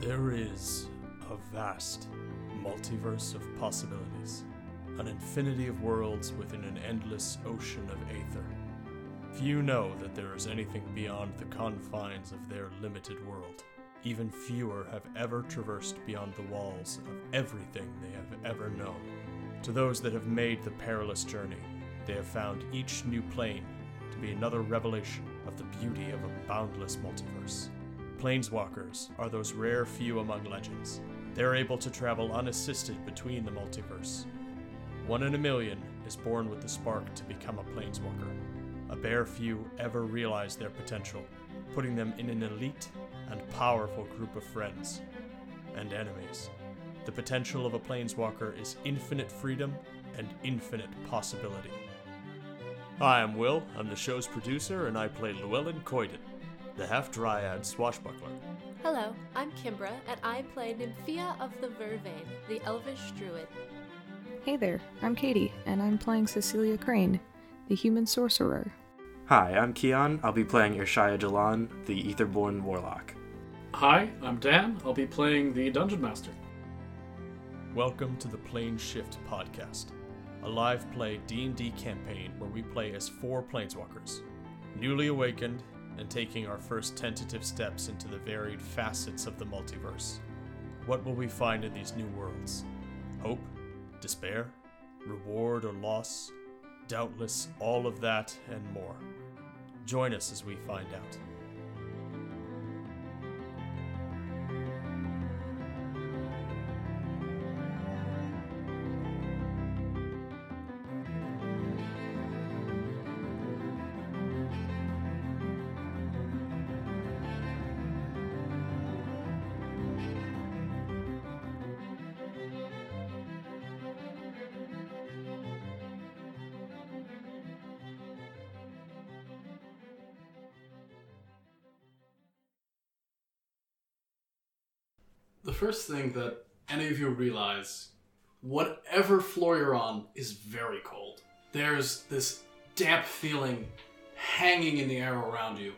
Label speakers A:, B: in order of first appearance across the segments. A: There is a vast multiverse of possibilities, an infinity of worlds within an endless ocean of aether. Few know that there is anything beyond the confines of their limited world. Even fewer have ever traversed beyond the walls of everything they have ever known. To those that have made the perilous journey, they have found each new plane to be another revelation of the beauty of a boundless multiverse. Planeswalkers are those rare few among legends. They're able to travel unassisted between the multiverse. One in a million is born with the spark to become a planeswalker. A bare few ever realize their potential, putting them in an elite and powerful group of friends and enemies. The potential of a planeswalker is infinite freedom and infinite possibility. Hi, I'm Will. I'm the show's producer, and I play Llewellyn Coyden, the half dryad swashbuckler.
B: Hello, I'm Kimbra, and I play Nymphia of the Vervain, the elvish druid.
C: Hey there, I'm Katie, and I'm playing Cecilia Crane, the human sorcerer.
D: Hi, I'm Keon. I'll be playing Irshaya Jalan, the Etherborn Warlock.
E: Hi, I'm Dan. I'll be playing the Dungeon Master.
A: Welcome to the Plane Shift podcast, a live play D&D campaign where we play as four planeswalkers, newly awakened and taking our first tentative steps into the varied facets of the multiverse. What will we find in these new worlds? Hope, despair, reward or loss, doubtless all of that and more. Join us as we find out.
E: The first thing that any of you realize, whatever floor you're on, is very cold. There's this damp feeling hanging in the air around you,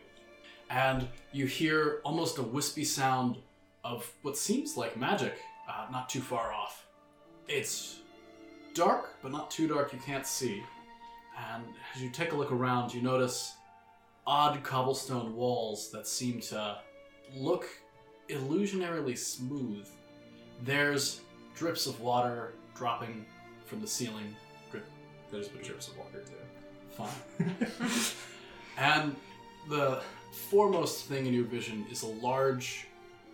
E: and you hear almost a wispy sound of what seems like magic uh, not too far off. It's dark, but not too dark you can't see. And as you take a look around, you notice odd cobblestone walls that seem to look illusionarily smooth. There's drips of water dropping from the ceiling. Drip. There's been drips of water too. Fine. and the foremost thing in your vision is a large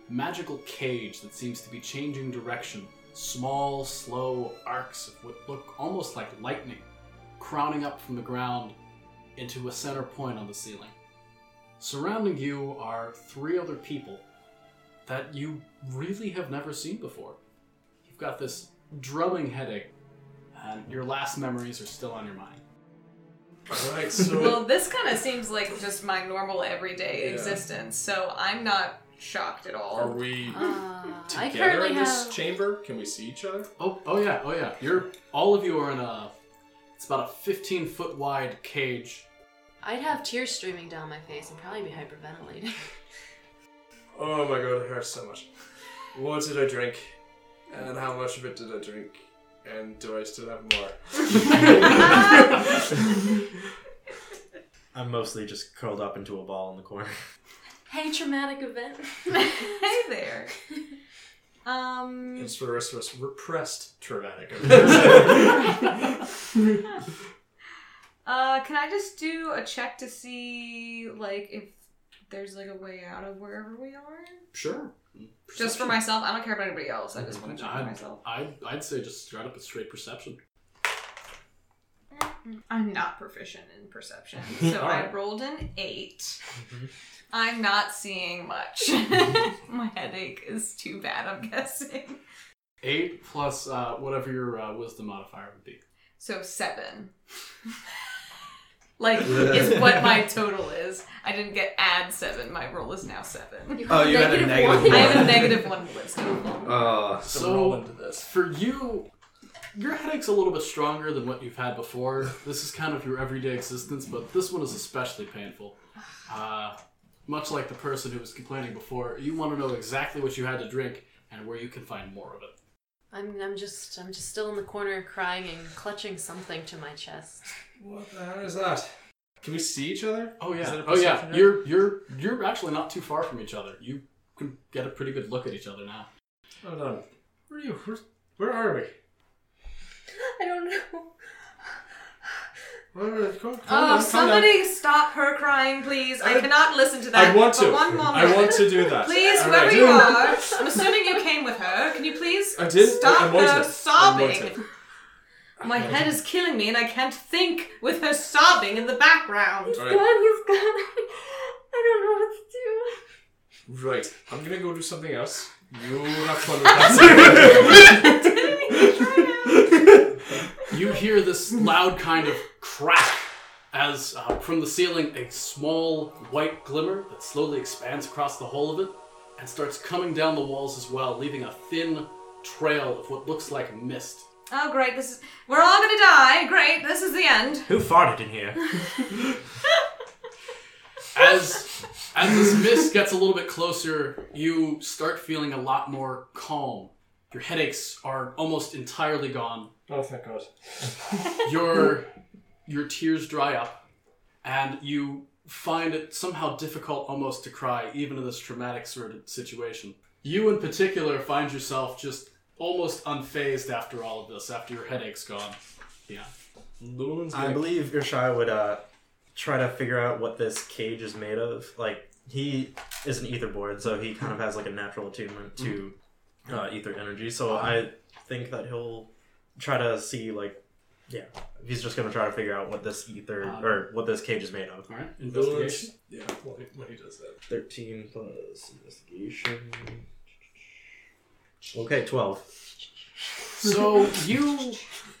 E: magical cage that seems to be changing direction. Small, slow arcs of what look almost like lightning crowning up from the ground into a center point on the ceiling. Surrounding you are three other people that you really have never seen before. You've got this drumming headache, and your last memories are still on your mind. All right,
F: Well, this kind of seems like just my normal everyday
E: Yeah.
F: existence, so I'm not shocked at all.
G: Are we
H: Uh,
B: I
G: together
B: currently
G: in this
B: have.
G: chamber? Can we see each other?
E: oh, oh yeah, oh yeah. You're all of you are in a. It's about a 15 foot wide cage.
H: I'd have tears streaming down my face and probably be hyperventilating.
G: Oh my god, it hurts so much. What did I drink? And how much of it did I drink? And do I still have more?
I: I'm mostly just curled up into a ball in the corner.
H: hey, traumatic event.
F: hey there. Um,
G: It's for the rest of us repressed traumatic.
F: uh, can I just do a check to see like if there's like a way out of wherever we are?
E: Sure.
F: Just for myself. I don't care about anybody else. I just want to check for
E: I'd,
F: myself.
E: I'd, I'd say just straight up a straight perception.
F: I'm not proficient in perception, so I
E: Alright.
F: rolled an 8
G: Mm-hmm.
F: I'm not seeing much. My headache is too bad. I'm guessing.
E: Eight plus uh, whatever your uh, wisdom modifier would be.
F: So seven. like is what my total is. I didn't get add seven. My roll is now seven.
I: Oh, you had a negative
F: I have a negative one wisdom.
I: Oh,
G: Ah, so,
E: So-
G: roll into this.
E: For you, your headache's a little bit stronger than what you've had before. This is kind of your everyday existence, but this one is especially painful. Uh, much like the person who was complaining before, you want to know exactly what you had to drink and where you can find more of it.
H: I'm, I'm just I'm just still in the corner crying and clutching something to my chest.
G: What the hell is that? Can we see each other?
E: Oh
G: Is that
E: yeah.
G: a
E: Oh yeah.
G: perception check?
E: You're you're you're actually not too far from each other. You can get a pretty good look at each other now.
G: Hold on. Where are you? Where, where are we?
F: I don't know.
G: Where are,
F: Oh,
G: come, come on, come down.
F: somebody stop her crying, please. I,
G: I-
F: cannot listen to that.
G: I want
F: for
G: to.
F: One moment.
G: I want to do that.
F: Please,
G: All
F: whoever
G: right.
F: you are, I'm assuming you came with her. Can you please
G: I did.
F: stop
G: I'm
F: her
G: wanted. I'm
F: sobbing?
G: wanted.
F: My head is killing me, and I can't think with her sobbing in the background.
G: All right.
F: he's gone. I don't know what to do.
G: right. I'm gonna go do something else. You have fun with that.
E: You hear this loud kind of crack as uh, from the ceiling a small white glimmer that slowly expands across the whole of it and starts coming down the walls as well, leaving a thin trail of what looks like mist.
F: Oh, great. This is. We're all gonna die. Great. This is the end.
D: Who farted in here?
E: As as this mist gets a little bit closer, you start feeling a lot more calm. Your headaches are almost entirely gone.
G: oh, thank God.
E: your your tears dry up and you find it somehow difficult almost to cry even in this traumatic sort of situation you in particular find yourself just almost unfazed after all of this after your headache's gone yeah
G: Little one's
I: I
G: gonna-
I: believe Irshai would uh, try to figure out what this cage is made of. Like he is an ether board, so he kind of has like a natural attunement to
G: Mm-hmm.
I: uh, ether energy. So I think that he'll try to see like, yeah, he's just gonna try to figure out what this ether
E: Um,
I: or what this cage is made of.
E: all right
G: Little one's-
E: investigation
G: Uh, Yeah. When he- when he does that.
I: Thirteen plus investigation. Okay, twelve.
E: so you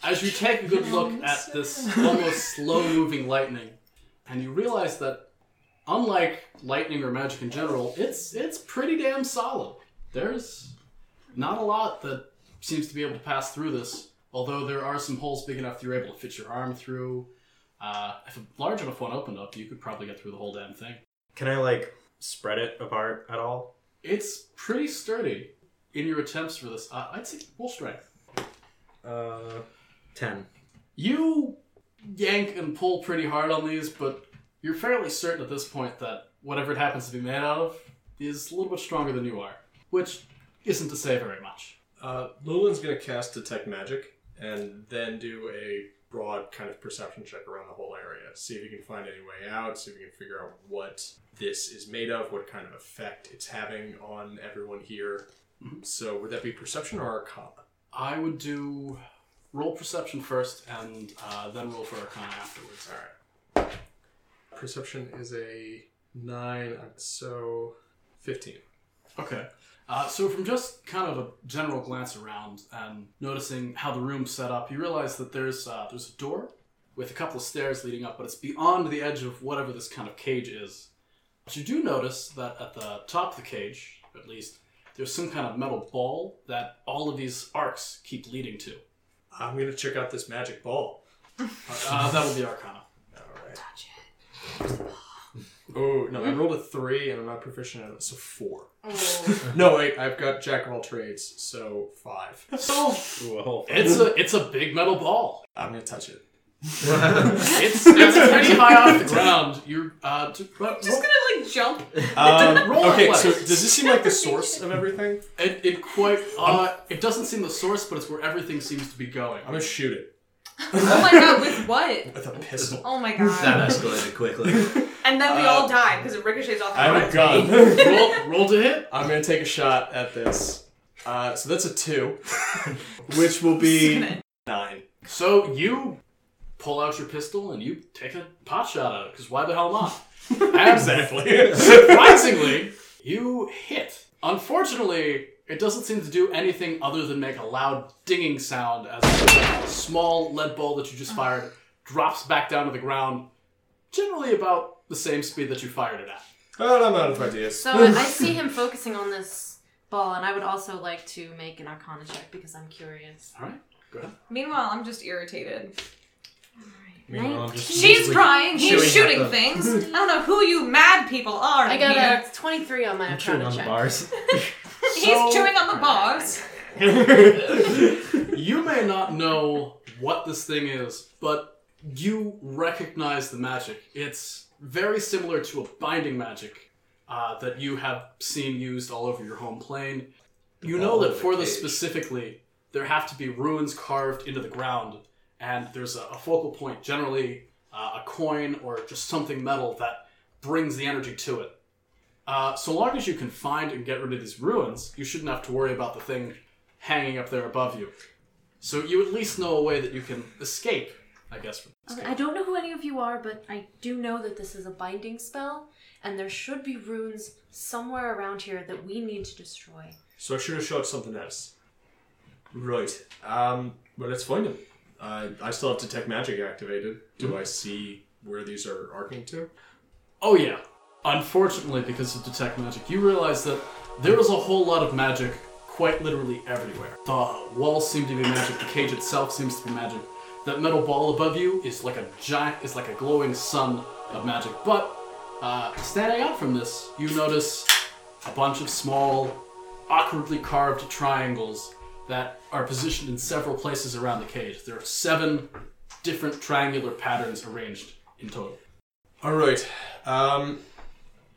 E: as you take a good look at this almost slow moving lightning and you realize that unlike lightning or magic in general it's it's pretty damn solid there's not a lot that seems to be able to pass through this although there are some holes big enough that you're able to fit your arm through uh, if a large enough one opened up you could probably get through the whole damn thing
I: Can I like spread it apart at all?
E: it's pretty sturdy in your attempts for this uh, i'd say full strength
I: Uh, ten.
E: You yank and pull pretty hard on these, but you're fairly certain at this point that whatever it happens to be made out of is a little bit stronger than you are, which isn't to say very much.
G: Uh, Lulin's gonna cast detect magic and then do a broad kind of perception check around the whole area. See if you can find any way out. See if you can figure out what this is made of, what kind of effect it's having on everyone here. So would that be perception or arcana?
E: I would do roll perception first and uh, then roll for arcana afterwards.
G: All right. Perception is a nine, uh, so fifteen.
E: Okay. Uh, so from just kind of a general glance around and noticing how the room's set up, you realize that there's uh, there's a door with a couple of stairs leading up, but it's beyond the edge of whatever this kind of cage is. But you do notice that at the top of the cage, at least, there's some kind of metal ball that all of these arcs keep leading to.
G: I'm gonna check out this magic ball.
E: Uh, that'll be Arcana.
G: All right. Touch it. Oh no! I rolled a three, and I'm not proficient at it, so four. No, wait, I've got jack of all trades, so five.
E: So
I: Well,
E: it's a it's a big metal ball.
G: I'm gonna touch it.
E: It's it's pretty high off the ground. You're uh, t-
F: Just gonna like jump.
G: Um,
E: Roll
G: okay, so
E: athletics.
G: does this seem like the source of everything?
E: It, it quite uh, it doesn't seem the source, but it's where everything seems to be going.
G: I'm gonna shoot it
F: Oh my god, with what?
G: with a pistol.
F: Oh my god.
I: that escalated quickly. Uh,
F: And then we all die because it ricochets off the
G: I have a
F: ground.
G: gun.
E: roll, roll to hit.
G: Oh I'm gonna take a shot at this. Uh, so that's a two, which will be nine.
E: So you pull out your pistol and you take a pot shot at it because why the hell not? And Surprisingly, you hit. Unfortunately, it doesn't seem to do anything other than make a loud dinging sound as the small lead ball that you just fired drops back down to the ground, generally about the same speed that you fired it at.
G: well, Oh, I'm out of ideas.
H: So I I see him focusing on this ball, and I would also like to make an Arcana check because I'm curious.
E: All right, go ahead.
F: Meanwhile, I'm just irritated.
I: Meanwhile, I'm just
F: She's
I: loosely
F: crying. He's
I: chewing
F: shooting
I: at the-
F: things. I don't know who you mad people are.
H: I
F: in
H: got
F: here.
H: a 23 on my
I: I'm chewing
H: Arcana
I: on the
H: check.
I: bars.
F: He's chewing on the bars.
E: You may not know what this thing is, but you recognize the magic. It's very similar to a binding magic uh, that you have seen used all over your home plane. You know
I: All
E: that
I: over
E: for
I: the
E: this
I: cage.
E: specifically, there have to be runes carved into the ground, and there's a, a focal point, generally uh, a coin or just something metal that brings the energy to it. Uh, so long as you can find and get rid of these ruins, you shouldn't have to worry about the thing hanging up there above you. So you at least know a way that you can escape, I guess. From
H: Okay, I don't know who any of you are, but I do know that this is a binding spell, and there should be runes somewhere around here that we need to destroy.
G: So I should have shot something else. Right. Um, well, let's find him. Uh, I still have Detect Magic activated. Do
I: Hmm.
G: I see where these are arcing to?
E: Oh yeah. Unfortunately, because of detect magic, you realize that there is a whole lot of magic quite literally everywhere. The walls seem to be magic, the cage itself seems to be magic. That metal ball above you is like a giant is like a glowing sun of magic. But uh, standing out from this, you notice a bunch of small, awkwardly carved triangles that are positioned in several places around the cage. There are seven different triangular patterns arranged in total.
G: All right. Um,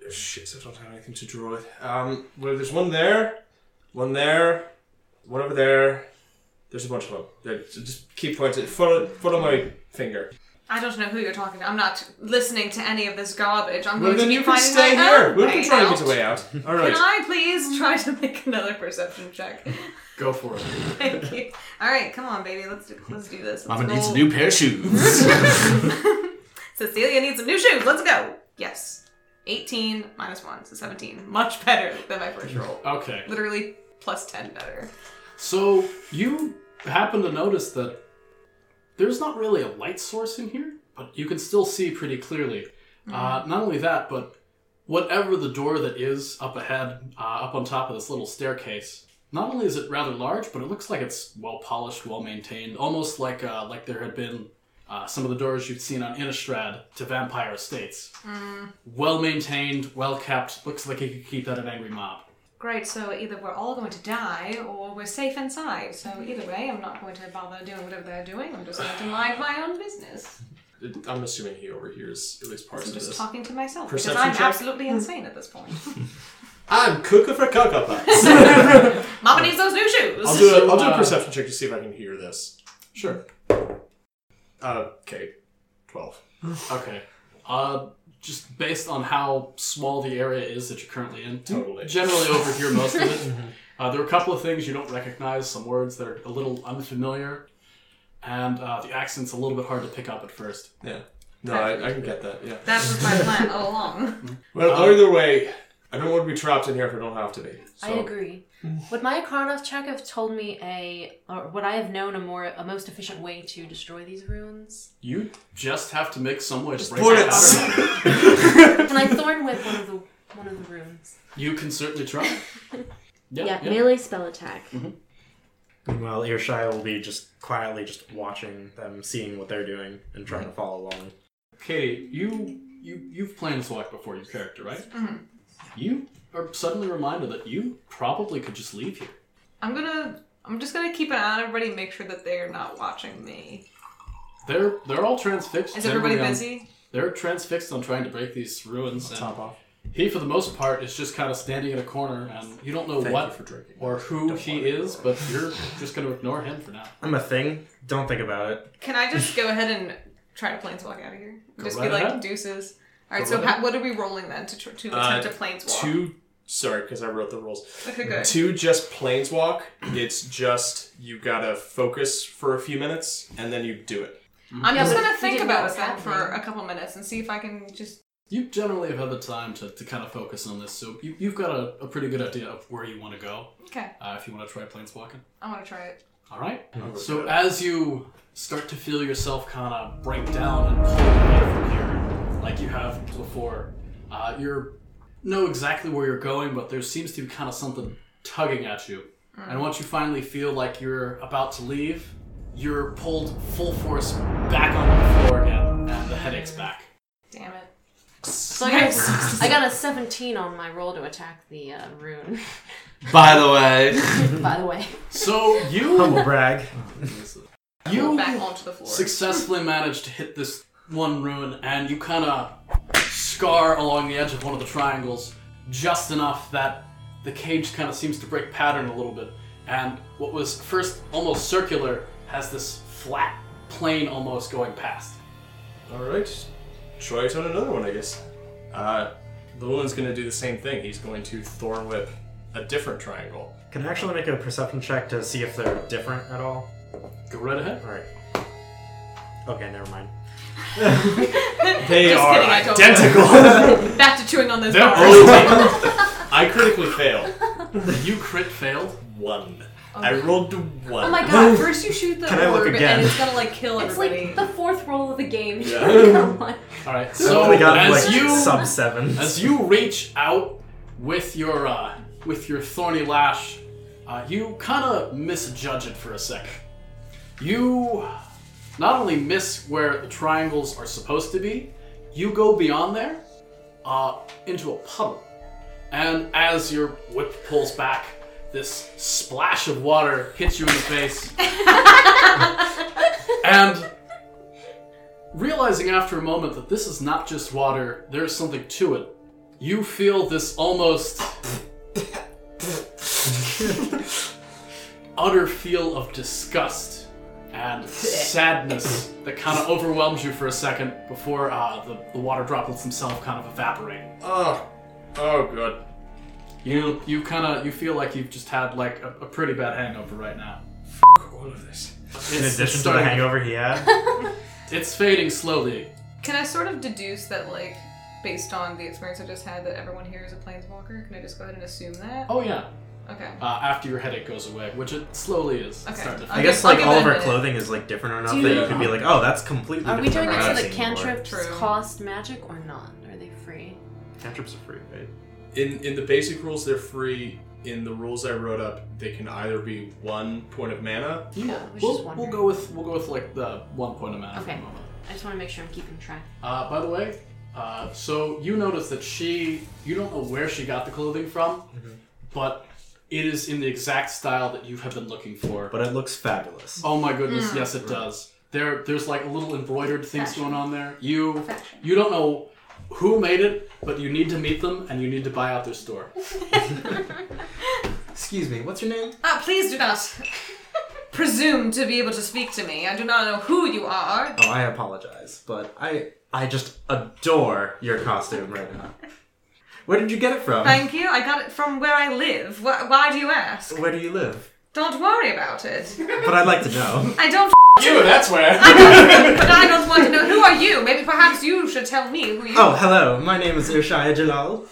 G: shit, I don't have anything to draw with. Um, well, there's one there, one there, one over there. There's a bunch of them. There- Just keep pointing. Follow, follow my finger.
F: I don't know who you're talking to. I'm not listening to any of this garbage. I'm
G: Well,
F: going
G: then
F: to
G: you
F: be
G: can
F: finding
G: stay
F: my
G: here.
F: own
G: We can
F: way
G: try and
F: out.
G: get a way out. All
F: Can
G: right.
F: I please try to make another perception check?
E: Go for it.
F: Thank you. All right, come on, baby. Let's do, let's do this.
J: I'm gonna
F: Let's
J: need some new
F: roll.
J: pair of shoes.
F: Cecilia needs some new shoes. Let's go. Yes. 18 minus 1, so 17. Much better than my first roll.
G: Oh.
E: Okay.
F: Literally plus 10 better.
E: So you happen to notice that there's not really a light source in here, but you can still see pretty clearly. Uh, not only that, but whatever the door that is up ahead, uh, up on top of this little staircase, not only is it rather large, but it looks like it's well polished, well maintained, almost like uh, like there had been uh, some of the doors you've seen on Innistrad to Vampire Estates. Well maintained, well kept. Looks like you could keep that an angry mob.
F: Great, so either we're all going to die or we're safe inside. So either way, I'm not going to bother doing whatever they're doing. I'm just going to mind my own business.
G: I'm assuming he overhears at least parts
F: I'm
G: of
F: just
G: this.
F: talking to myself
G: Perception
F: because I'm
G: check?
F: absolutely
H: Hmm.
F: insane at this point.
G: I'm cooking for cocoa puffs.
F: Mama needs those new shoes.
G: I'll do a, I'll do
E: Uh,
G: a perception check to see if I can hear this.
E: Sure.
G: Uh, okay, twelve.
E: Okay. Uh, just based on how small the area is that you're currently in, you
G: Totally.
E: generally overhear most of it. Uh, there are a couple of things you don't recognize, some words that are a little unfamiliar, and uh, the accent's a little bit hard to pick up at first.
G: Yeah. No, I, I can get that. Yeah.
F: That was my plan all along.
G: Well,
I: Um,
G: either way, I don't want to be trapped in here if I don't have to be. So.
H: I agree. Would my Akronov check have told me a, or would I have known a more, a most efficient way to destroy these runes?
E: You just have to make some way to break the
G: bullets.
E: pattern.
H: Can I thorn whip one of the one of the runes?
E: You can certainly try. Yeah, yeah.
H: melee spell attack.
I: Meanwhile, Irshai will be just quietly just watching them, seeing what they're doing, and trying to follow along.
E: Katie, you you you've planeswalked before your character, right? You are suddenly reminded that you probably could just leave here.
F: I'm gonna. I'm just gonna keep an eye on everybody, and make sure that they're not watching me.
E: They're they're all transfixed.
F: Is everybody
E: generally on-
F: busy?
E: They're transfixed on trying to break these ruins. and
G: Top off.
E: He, for the most part, is just kind of standing in a corner, and you don't know
G: Thank
E: what
G: you for drinking.
E: or who
G: Don't
E: he
G: want it.
E: is, but you're just going to ignore him for now.
I: I'm a thing. Don't think about it.
F: Can I just go ahead and try to planeswalk out of here? just
E: right
F: be like
E: ahead.
F: deuces. All right.
E: Go
F: so
E: right
F: ha- what are we rolling then to tr- to attempt
G: Uh,
F: to planeswalk?
G: Two. Sorry, because I wrote the rules.
F: Okay, good.
G: Two just planeswalk. It's just you gotta focus for a few minutes and then you do it.
F: I'm just
H: Yeah,
F: gonna
H: but
F: think
H: you didn't know
F: about
H: what's
F: that for
H: happening.
F: a couple minutes and see if I can just.
E: You generally have had the time to, to kind of focus on this, so you, you've got a, a pretty good idea of where you want to go
F: Okay,
E: uh, if you want to try planeswalking.
F: I want to try it.
E: All right.
G: Mhm.
E: So as you start to feel yourself kind of break down and pull away from here, like you have before, uh, you're know exactly where you're going, but there seems to be kind of something tugging at you. And once you finally feel like you're about to leave, you're pulled full force back on the floor. floor again, and the headache's back.
F: Damn it.
H: So I got, I got a 17 on my roll to attack the uh, rune.
E: By the way,
H: By the way,
E: so you
I: Humble brag.
E: you
F: Back onto the floor.
E: successfully managed to hit this one ruin, and you kind of scar along the edge of one of the triangles just enough that the cage kind of seems to break pattern a little bit. And what was first almost circular has this flat plane almost going past.
G: All right, try it on another one, I guess. Uh, Llewellyn's gonna do the same thing. He's going to Thorn Whip a different triangle.
I: Can I actually make a perception check to see if they're different at all?
E: Go right ahead.
I: All right. Okay, never mind.
G: They
F: Just
G: are
F: kidding, I don't
G: identical.
F: Back to chewing on those
G: They're
F: bars.
I: Oh
G: both I critically failed.
E: You crit failed.
G: One. I rolled to one.
F: Oh my god, first you shoot the
I: Can I look
F: orb
I: again?
F: and it's gonna like kill
H: it's
F: everybody.
H: like the fourth roll of the game.
G: Yeah.
E: All right.
I: I
E: So
I: only got
E: as
I: like
E: you
I: sub seven.
E: As you reach out with your uh, with your thorny lash, uh, you kind of misjudge it for a second. You not only miss where the triangles are supposed to be, you go beyond there uh, into a puddle, and as your whip pulls back, this splash of water hits you in the face, and Realizing after a moment that this is not just water, there is something to it, you feel this almost utter feel of disgust and sadness that kind of overwhelms you for a second before uh, the, the water droplets themselves kind of evaporate.
G: Oh, oh god.
E: You you kind of you feel like you've just had like a, a pretty bad hangover right now.
G: All of this.
E: It's,
I: In
E: it's
I: addition to the
E: starting-
I: hangover he had.
E: it's fading slowly.
F: Can I sort of deduce that like based on the experience I just had that everyone here is a planeswalker? Can I just go ahead and assume that?
E: Oh yeah,
F: Okay.
E: uh, after your headache goes away, which it slowly is
F: Okay.
E: starting to
I: I
F: I'll
I: guess
F: give- I'll
I: like
F: give
I: all
F: it
I: of
F: a
I: our
F: minute.
I: clothing is like different enough
H: Do
I: that
H: you-
I: you could be like, oh, that's completely.
H: Are we doing
I: different
H: it
I: from
H: so
I: what
H: that
I: I've seen before."
H: cantrips
F: True.
H: cost magic or not? Are they free?
I: Cantrips are free, right?
G: In in the basic rules, they're free. In the rules I wrote up, they can either be one point of mana.
E: You-
H: Yeah, I was
E: we'll, we'll
H: just wondering.
E: go with we'll go with like the one point amount.
H: Okay.
E: For the moment.
H: I just want to make sure I'm keeping track.
E: Uh, by the way, uh, so you notice that she you don't know where she got the clothing from, but it is in the exact style that you have been looking for.
I: But it looks fabulous.
E: oh my goodness, yes, it does. There, there's like little embroidered things
H: Mm. Fashion.
E: going on there. You
H: Fashion.
E: you don't know who made it, but you need to meet them and you need to buy out their store.
I: Excuse me, what's your name?
F: Ah, please do not presume to be able to speak to me. I do not know who you are.
I: Oh, I apologize, but I I just
G: uh,
I: adore your costume right now. Where did you get it from?
F: Thank you. I got it from where I live. Wh- why do you ask?
I: Where do you live?
F: Don't worry about it.
I: But I'd like to know.
F: I don't.
G: You, that's where.
F: But I don't want to know who are you. Maybe perhaps you should tell me who you.
I: Oh, hello. My name is Irshaya Jalal.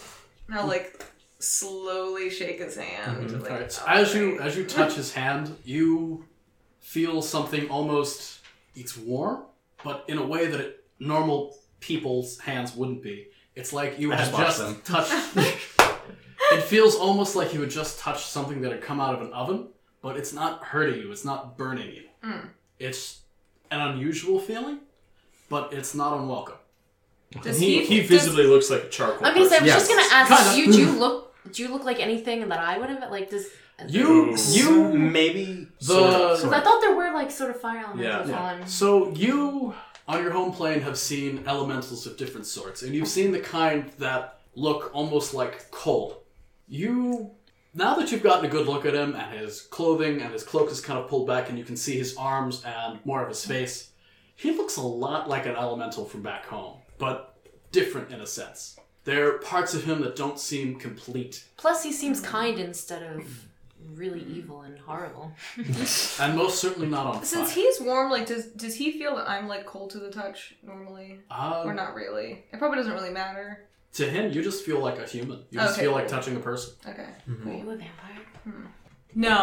F: And I'll like slowly shake his hand.
I: Mm-hmm.
F: Like, "Oh,
E: All right.
H: uh,
E: So as you as you touch his hand, you feel something almost it's warm, but in a way that it, normal people's hands wouldn't be. It's like you
I: I
E: had
I: just watched
E: just,
I: them.
E: touched. it feels almost like you had just touched something that had come out of an oven, but it's not hurting you. It's not burning you.
H: Hmm.
E: It's an unusual feeling, but it's not unwelcome.
F: does
G: He, he
F: does-
G: visibly looks like a charcoal.
H: I mean, so I
G: person.
H: was just
I: Yes.
H: gonna ask
E: Kinda.
H: you. Do you look? Do you look like anything that I would have? Like, does
E: You you
I: maybe
E: The-
I: sort of, sort
H: Because I
I: of.
H: thought there were like sort of fire elementals
G: Yeah.
F: Um,
H: on.
E: So you, on your home plane, have seen elementals of different sorts, and you've seen the kind that look almost like coal. You, now that you've gotten a good look at him and his clothing and his cloak is kind of pulled back, and you can see his arms and more of his face, he looks a lot like an elemental from back home, but different in a sense. There are parts of him that don't seem complete,
H: Plus, he seems kind instead of really evil and horrible.
E: and most certainly not on
F: Since
E: fire.
F: he's warm, like does does he feel that I'm like cold to the touch normally,
E: Um,
F: or not really? It probably doesn't really matter.
E: to him, you just feel like a human. You just
F: Okay.
E: feel like touching a person.
F: Okay.
H: Are you a vampire?
F: No,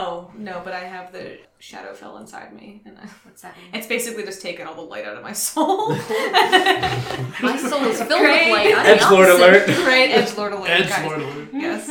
F: no, but I have the shadow fell inside me, and I,
H: What's that? Mean?
F: it's basically just taken all the light out of my soul.
H: My soul is filled
F: Great.
H: with light. I'm the
D: Edgelord
H: opposite.
D: alert.
F: right, edge lord alert,
E: Edge
F: guys.
E: Lord Lou.
F: Yes,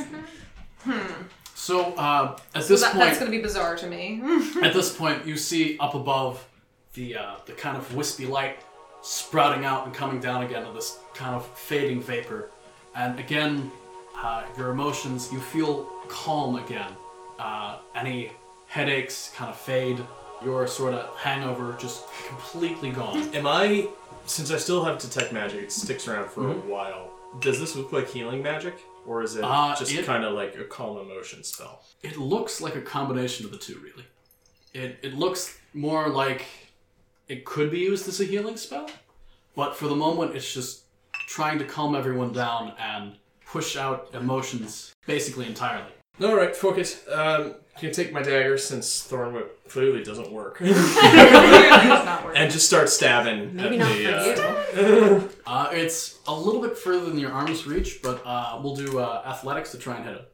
E: So uh, at this
F: that,
E: point,
F: that's gonna be bizarre to me.
E: at this point, you see up above the uh, the kind of wispy light sprouting out and coming down again to this kind of fading vapor. And again, uh, your emotions, you feel calm again. Uh, any headaches kind of fade. Your sort of hangover just completely gone.
G: Am I, since I still have detect magic, it sticks around for a while. Does this look like healing magic, or is it
E: Uh,
G: just
E: it-
G: kind of like a calm emotion spell?
E: It looks like a combination of the two, really. It, it looks more like it could be used as a healing spell, but for the moment, it's just trying to calm everyone down and push out emotions basically entirely.
G: All right, focus. Um, can take my dagger since Thornwood clearly doesn't work,
F: it's not working.
G: and just start stabbing at
H: Maybe not
G: the.
H: for
G: uh,
H: you.
E: Uh, it's a little bit further than your arm's reach, but uh, we'll do uh, athletics to try and hit it.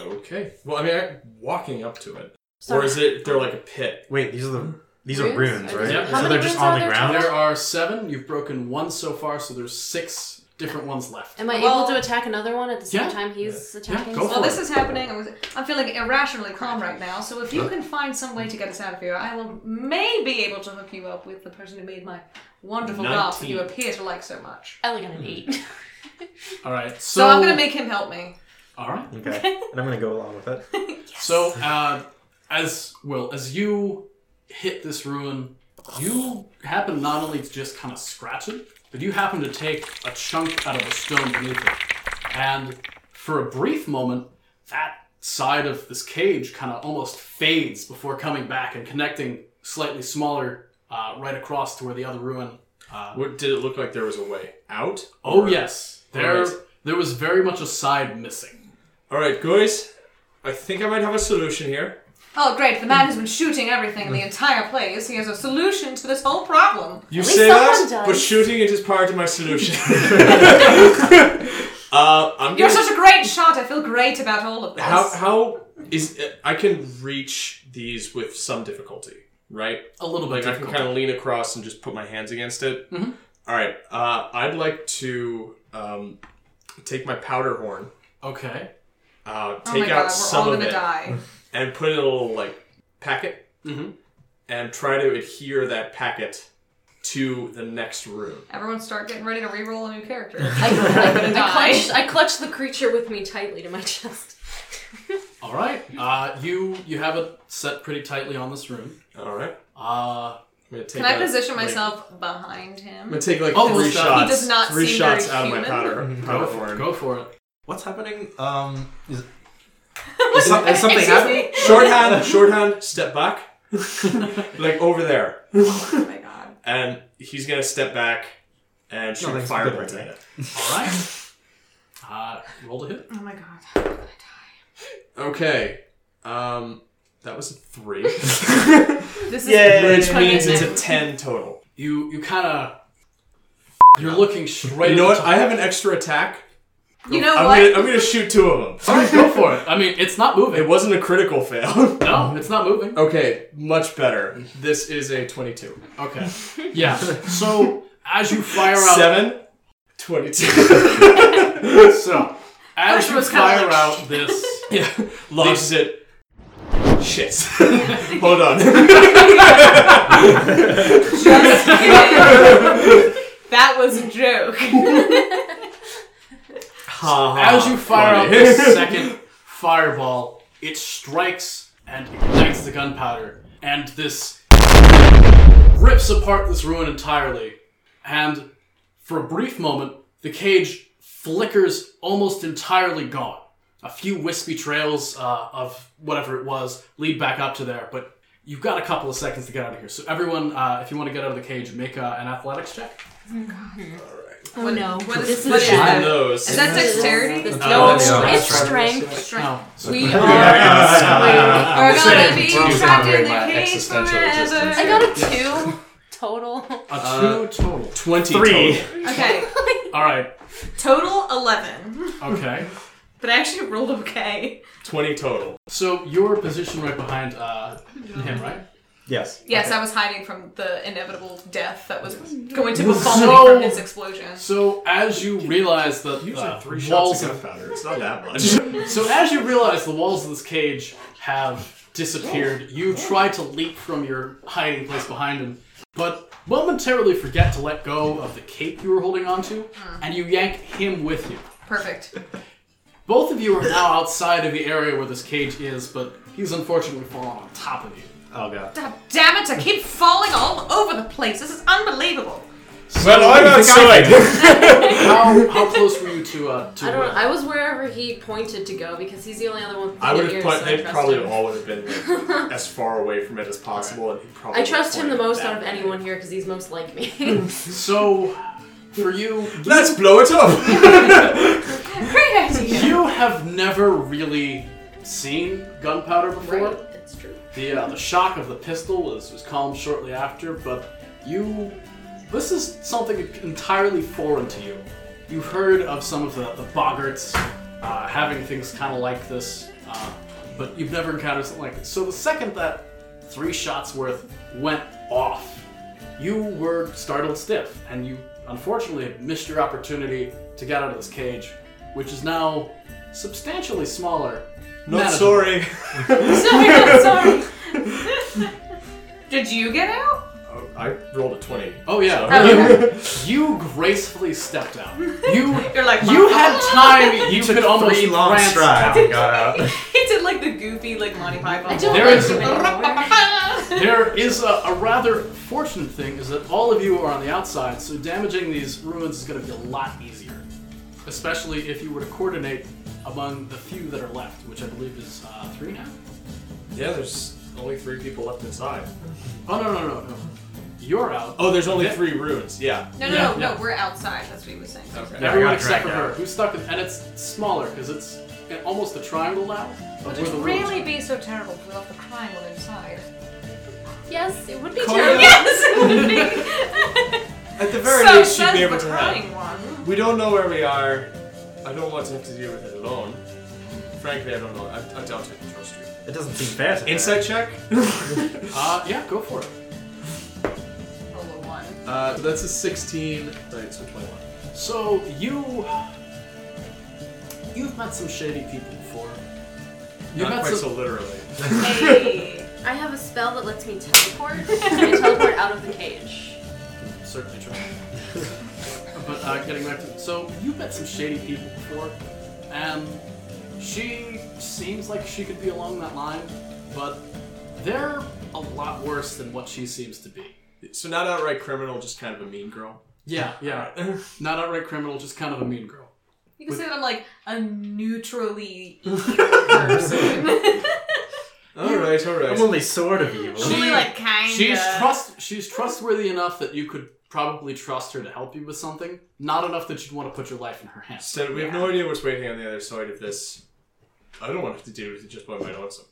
G: Okay. Well, I mean, I'm walking up to it,
H: So-
G: or is it they're like a pit?
I: Wait, these are the these are
H: Runes?
I: runes, right?
E: Yeah. How
I: So
H: many
I: they're just
H: runes are
I: on the
H: there
E: There
I: ground.
E: are seven. You've broken one so far, so there's six different ones left.
H: Am I
F: Well-
H: able to attack another one at the same
E: Yeah.
H: time he's attacking?
E: go
F: Well,
E: for
F: this
E: it.
F: is happening. I was- I'm feeling irrationally calm right now. So if you can find some way to get us out of here, I will may be able to hook you up with the person who made my wonderful laugh that you
G: 19.
F: appear to like so much.
H: I only got an eight.
E: All right. So,
F: So, I'm going to make him help me.
E: All right.
I: Okay, and I'm gonna go along with it.
E: So, uh, as well as you hit this ruin, you happen not only to just kind of scratch it, but you happen to take a chunk out of the stone beneath it, and for a brief moment, that side of this cage kind of almost fades before coming back and connecting slightly smaller uh, right across to where the other ruin
G: Uh, What did it look like? There was a way out.
E: Oh yes, there
G: Alright.
E: there was very much a side missing.
G: All right, guys. I think I might have a solution here.
F: Oh, great. The man who's been shooting everything in the
G: Mm.
F: entire place, he has a solution to this whole problem.
G: You
H: least
G: say that,
H: someone does.
G: but shooting it is part of my solution. uh, I'm
F: You're
G: gonna.
F: such a great shot. I feel great about all of this.
G: how how is uh, I can reach these with some difficulty, right?
E: A little bit
G: Like I can
E: difficult.
G: kind of lean across and just put my hands against it.
F: Mm-hmm.
G: All right. Uh, I'd like to um, take my powder horn,
E: Okay.
G: uh,
F: oh
G: take
F: my
G: out
F: god, we're
G: some
F: all
G: of
F: going to
G: it,
F: die. Mm-hmm.
G: and put it in a little like packet,
E: Mhm.
G: and try to adhere that packet to the next room.
F: Everyone start getting ready to reroll a new character.
H: I,
F: I'm going to
H: I
F: die.
H: clutched, I clutched the creature with me tightly to my chest.
E: All right. Uh, you you have it set pretty tightly on this room.
G: All right.
E: Uh,
G: I'm gonna take
F: Can I
G: a-
F: position
G: like-
F: myself behind him?
G: I'm gonna take like
E: Oh,
G: three
E: he does
G: shots.
F: not
G: three
F: seem
G: shots
F: very
G: out of my
F: human.
G: powder, Mm-hmm.
E: go
G: powder
E: for,
G: horn.
E: go for it.
I: What's happening? Um, is, is, some- is something
F: Excuse
I: happening?
F: me?
G: Shorthand, shorthand, step back, like over there,
F: Oh my god.
G: and he's gonna step back and shoot
I: that's good
G: firebolt
I: right
G: at
I: there.
G: it.
E: All right. Uh, roll to hit.
F: Oh my god.
G: Okay, um, that was a three,
H: This is
G: which means it's a
H: commitment.
G: ten total.
E: You you kind of you're looking straight.
G: You know what?
E: into-
G: I have an extra attack.
F: You know
G: I'm
F: what?
G: gonna, I'm gonna shoot two of them.
E: All right, go for it. I mean, it's not moving.
G: It wasn't a critical fail.
E: No, it's not moving.
G: okay, much better. This is a twenty-two.
E: Okay. Yeah. So as you fire out,
G: Seven. 22.
E: so as
F: First
E: you
F: one's kinda
E: fire
F: like-
E: out this.
G: yeah. Loses it. Shit. Hold on.
F: Just kidding. that was a joke.
E: As you fire out this second fireball, it strikes and ignites the gunpowder, and this rips apart this ruin entirely. And for a brief moment, the cage flickers almost entirely gone. A few wispy trails uh, of whatever it was lead back up to there, but you've got a couple of seconds to get out of here. So, everyone, uh, if you want to get out of the cage, make uh, an athletics check.
H: Oh no.
F: What is,
H: This
F: what is
H: is
G: Even
F: that?
G: those.
F: Is that dexterity?
H: This,
E: Uh,
H: no,
I: that's not-
H: it's
I: that's
H: strength.
E: No.
F: We
I: Uh,
F: are gonna
G: saying,
F: be
G: Tom's
F: trapped in
G: wondering
F: the
G: my
F: cage
G: existential
F: forever.
G: existence.
H: I got a two total.
E: A two total.
G: 20
I: Three.
G: total.
F: Okay,
E: All right.
F: total 11.
E: Okay.
F: But I actually rolled okay.
G: 20 total.
E: So your position right behind uh, him, right?
I: Yes.
F: Yes, I was hiding from the inevitable death that was going to befall
E: So-
F: me from this explosion.
E: So as you realize that
G: Usually
E: uh,
G: three
E: walls
G: shots of
E: of
G: gunpowder. It's not that much.
E: so as you realize the walls of this cage have disappeared, you try to leap from your hiding place behind him, but momentarily forget to let go of the cape you were holding onto,
H: Hmm.
E: and you yank him with you.
F: Perfect.
E: Both of you are now outside of the area where this cage is, but he's unfortunately fallen on top of you.
I: Oh god.
F: God damn it, I keep falling all over the place. This is unbelievable.
E: So,
A: I'm outside.
E: how, how close were you to uh, to?
H: I don't know.
E: Will?
H: I was wherever he pointed to go because he's the only other one. With
G: I would
H: good
G: have
H: ears,
G: put.
H: so I
G: They
H: trust
G: probably
H: him.
G: all would have been like, as far away from it as possible, and he probably.
H: I trust him the
G: pointed
H: most
G: that
H: out of
G: way.
H: anyone here because he's most like me.
E: So, for you,
G: Let's blow it up.
F: Great idea.
E: you have never really seen gunpowder before.
H: right? That's true.
E: The uh, the shock of the pistol was, was calm shortly after, but you this is something entirely foreign to you. You heard of some of the, the boggarts uh, having things kind of like this, uh, but you've never encountered something like this. So the second that three shots worth went off, you were startled stiff, and you unfortunately have missed your opportunity to get out of this cage, which is now substantially smaller.
A: Not
E: manageable.
A: sorry.
F: sorry, not sorry. Did you get out?
G: Oh, I rolled a twenty.
E: Oh yeah,
F: Oh,
E: you, you gracefully stepped out. You
F: You're like,
E: you had time. You
I: Took
E: could almost
I: three long
E: prance
I: strides and
E: out.
I: got
G: Uh-huh.
I: out.
F: He did like the goofy, like Monty Python.
H: I don't
E: There
H: like
E: is-
H: him anymore.
E: There is a, a rather fortunate thing is that all of you are on the outside, so damaging these ruins is going to be a lot easier, especially if you were to coordinate among the few that are left, which I believe is uh, three now.
G: Yeah, there's only three people left inside.
E: Oh no no no no, you're out.
G: Oh, there's only
E: Yeah.
G: three runes. Yeah.
F: No, no,
E: Yeah,
F: no,
E: yeah.
F: no, we're outside. That's what he was saying.
G: Okay.
I: Yeah, I
E: Everyone
I: got
E: except for
I: dragged
E: her,
I: out.
E: who's stuck in, and it's smaller because it's in almost a triangle now. of
F: Would
E: where
F: it
E: the ruins
F: really be so terrible if we left the crime on inside?
B: Yes, it would be
G: Call
B: terrible.
G: it
F: Yes, it would be.
G: At the very
F: so
G: least, she'd
F: says
G: be able
F: the
G: to help.
F: crying one.
G: We don't know where we are. I don't want to have to deal with it alone. Frankly, I don't know. I, I doubt I can trust you.
I: It doesn't seem fair. to me.
G: Insight check.
E: are. Uh, yeah, go for it.
F: Roll a one.
G: uh, so that's a 16. Right, so 21.
E: So you you've met some shady people before. You
G: Not
E: met
G: quite
E: some,
G: so literally.
F: Hey.
H: I have a spell that lets me teleport. and I teleport out of the cage.
E: certainly true. but uh, getting back to so you met some shady people before, and she seems like she could be along that line, but they're a lot worse than what she seems to be.
G: So not outright criminal, just kind of a mean girl.
E: Yeah, yeah. Not outright criminal, just kind of a mean girl.
F: You can say that I'm like a neutrally evil person.
G: All right, all
I: I'm only sort of evil.
E: She-
F: Only like kind
E: She's trust she's trustworthy enough that you could probably trust her to help you with something. Not enough that you'd want to put your life in her hands.
G: Said we have no idea what's waiting on the other side of this. I don't want to have to deal with it just by my lonesome.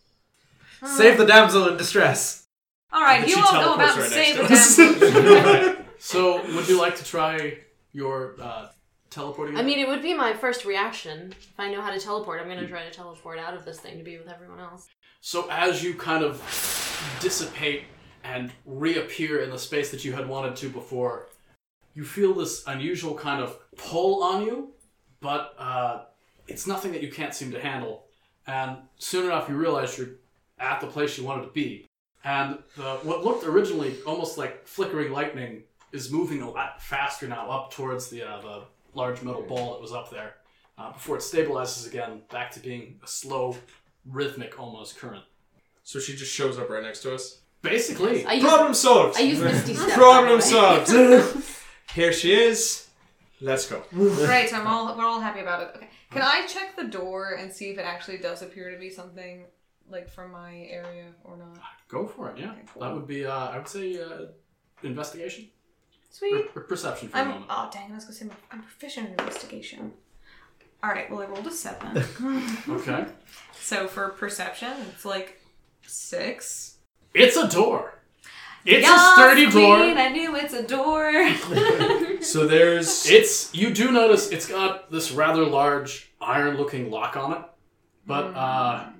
I: Save the damsel in distress.
F: All right,
G: But
F: you
G: she
F: all go
G: teleports
F: about
G: right
F: save the
G: next
F: damsel.
E: So, would you like to try your uh, teleporting?
G: Mm.
H: I mean, it would be my first reaction. If I know how to teleport, I'm gonna try to teleport out of this thing to be with everyone else.
E: so as you kind of dissipate and reappear in the space that you had wanted to before, you feel this unusual kind of pull on you, but uh, it's nothing that you can't seem to handle. And soon enough, you realize you're at the place you wanted to be. And the, what looked originally almost like flickering lightning is moving a lot faster now up towards the, uh, the large metal ball that was up there uh, before it stabilizes again back to being a slow, rhythmic almost current.
G: So she just shows up right next to us.
E: Basically,
H: I use,
G: Problem solved.
H: I use Misty Step. by the
G: Problem
H: way.
G: solved. Here she is. Let's go.
F: Great, I'm all we're all happy about it. Okay, can I check the door and see if it actually does appear to be something like from my area or not?
E: go for it. Yeah,
F: Okay, cool.
E: that would be. Uh, I would say uh, investigation or,
F: Sweet.
E: or perception for the
F: I'm
E: moment.
F: oh dang, I was gonna say I'm proficient in investigation. All right, well I rolled a seven.
E: Okay,
F: so for perception, it's like six.
E: it's a door. It's
F: Yes,
E: a sturdy
F: queen,
E: door.
F: I knew it's a door.
G: So there's
E: It's you do notice it's got this rather large iron-looking lock on it, but
F: Mm.
E: uh,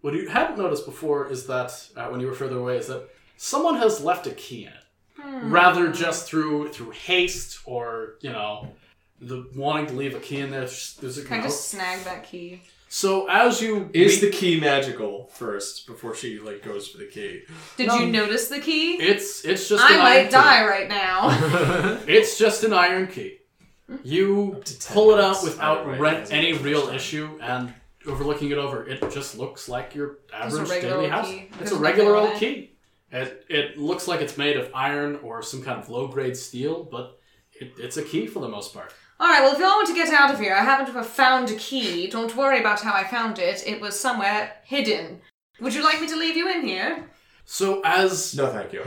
E: what you hadn't noticed before is that uh, when you were further away is that someone has left a key in it,
F: Hmm.
E: rather just through through haste or you know the wanting to leave a key in there. There's, there's a
F: Can I just snag that key?
E: So as you
G: Is
E: we-
G: the key magical first before she like goes for the key?
F: Did you notice the key?
E: it's it's just
F: I
E: an
F: might
E: iron key.
F: die right now.
E: It's just an iron key. You pull it out
G: minutes.
E: without
G: Iron
E: re-
G: key is
E: any
G: the first
E: real
G: time.
E: issue and overlooking it over, it just looks like your
F: a
E: average
F: regular
E: daily
F: old
E: house.
F: key.
E: It's
F: There's
E: a
F: nothing
E: regular
F: on
E: old
F: it.
E: key. It, it looks like it's made of iron or some kind of low grade steel, but it, it's a key for the most part.
F: All right. Well, if you all want to get out of here, I happen to have found a key. Don't worry about how I found it. It was somewhere hidden. Would you like me to leave you in here?
E: So as
G: No, thank you.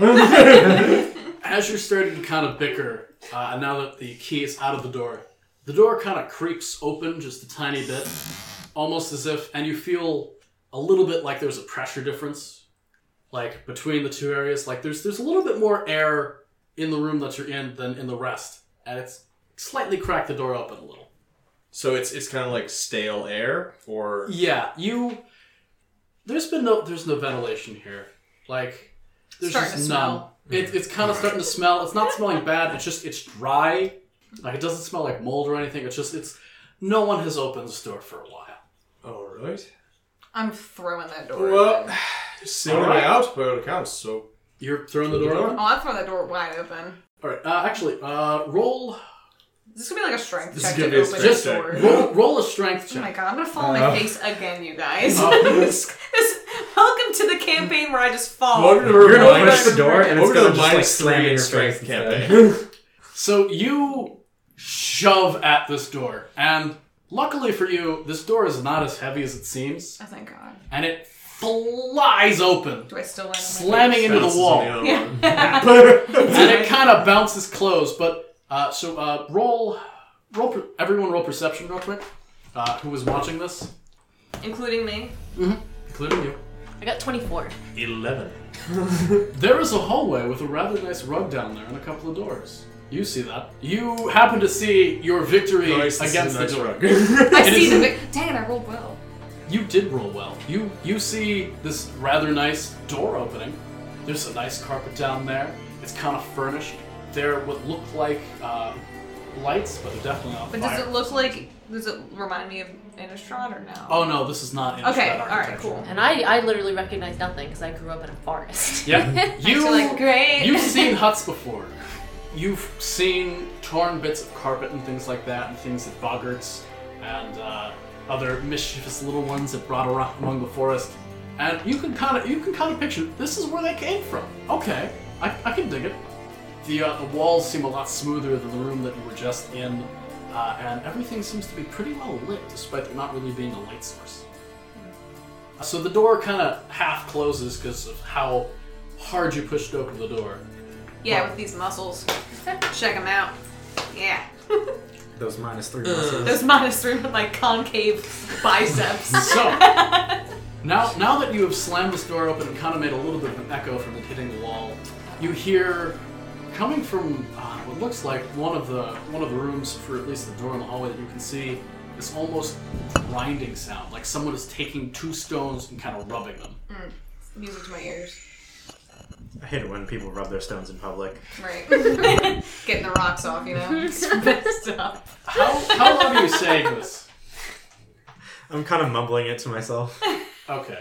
E: as you're starting to kind of bicker, uh, and now that the key is out of the door, the door kind of creeps open just a tiny bit, almost as if, and you feel a little bit like there's a pressure difference, like between the two areas. Like there's there's a little bit more air in the room that you're in than in the rest, and it's slightly cracked the door open a little.
G: so it's it's kind of like stale air, or
E: Yeah, you. There's been no there's no ventilation here. Like there's
F: Starting
E: just
F: to
E: none.
F: smell.
E: It, it's kind of starting to smell. It's not smelling bad. It's just it's dry. Like it doesn't smell like mold or anything. It's just it's no one has opened this door for a while.
G: all right.
F: I'm throwing that door.
G: Well,
F: open.
G: still
E: All right.
G: out by all accounts. So
E: You're throwing the door open.
F: Oh, I'm throwing that door wide open.
E: All right. Uh, actually, uh, roll
F: This is gonna be like a strength
G: This is
F: check
G: gonna
F: to
G: be a
F: open
G: strength
F: this door.
G: check.
E: roll roll a strength
F: Oh my
E: check.
F: god, I'm gonna fall on
G: Uh.
F: my face again, you guys.
E: Oh.
F: This- this- welcome to the campaign where I just fall.
G: Welcome to the
I: You're gonna
G: Minus-
I: push the door and it's
G: over to
I: gonna
G: the
I: just like
G: minus
I: slam
G: three
I: in
G: in
I: your face.
G: strength
I: instead.
G: campaign.
E: So you shove at this door, and luckily for you, this door is not as heavy as it seems,
F: Oh, thank god.
E: and it flies open,
F: Do I still land on my
E: slamming into the
G: Bounces on
E: wall.
G: the other
F: Yeah.
G: one.
E: and it kind of bounces closed. But uh, so uh, roll, roll, per- everyone roll perception real quick. Uh, who was watching this,
F: face? Including me.
E: including you?
H: I got 24.
G: Eleven.
E: There is a hallway with a rather nice rug down there and a couple of doors. You see that? You happen to see your victory
G: Nice, this is
E: against
G: a
E: the
G: nice
E: door.
G: rug.
F: I
E: It
F: see
E: is-
F: the vic- Dang it, I rolled well.
E: You did roll well. You you see this rather nice door opening. There's a nice carpet down there. It's kind of furnished. There would look like uh, lights, but they're definitely on
F: But
E: fire.
F: does it look like does it remind me of Innistrad or no?
E: Oh no, this is not. Innistrad
F: Okay, alright,
E: architecture.
F: cool.
H: And I, I literally recognize nothing because I grew up in a forest.
E: Yeah, you
F: so like great.
E: you've seen huts before. You've seen torn bits of carpet and things like that, and things that boggarts and uh, other mischievous little ones that brought around among the forest. And you can kind of you can kind of picture this is where they came from. Okay, I, I can dig it. The uh, the walls seem a lot smoother than the room that you were just in, uh, and everything seems to be pretty well lit, despite there not really being a light source. So the door kind of half closes because of how hard you pushed open the door.
F: Yeah, with these muscles. Check them out. Yeah.
I: Those minus three muscles.
F: Those minus three with like concave biceps.
E: So now, now that you have slammed this door open and kind of made a little bit of an echo from it hitting the wall, you hear coming from uh, what looks like one of the one of the rooms for at least the door in the hallway that you can see this almost grinding sound, like someone is taking two stones and kind of rubbing them.
F: Music to my ears.
I: I hate it when people rub their stones in public.
F: Right. Getting the rocks off, you know. It's messed up.
E: How how long are you saying this?
I: I'm kind of mumbling it to myself.
E: Okay.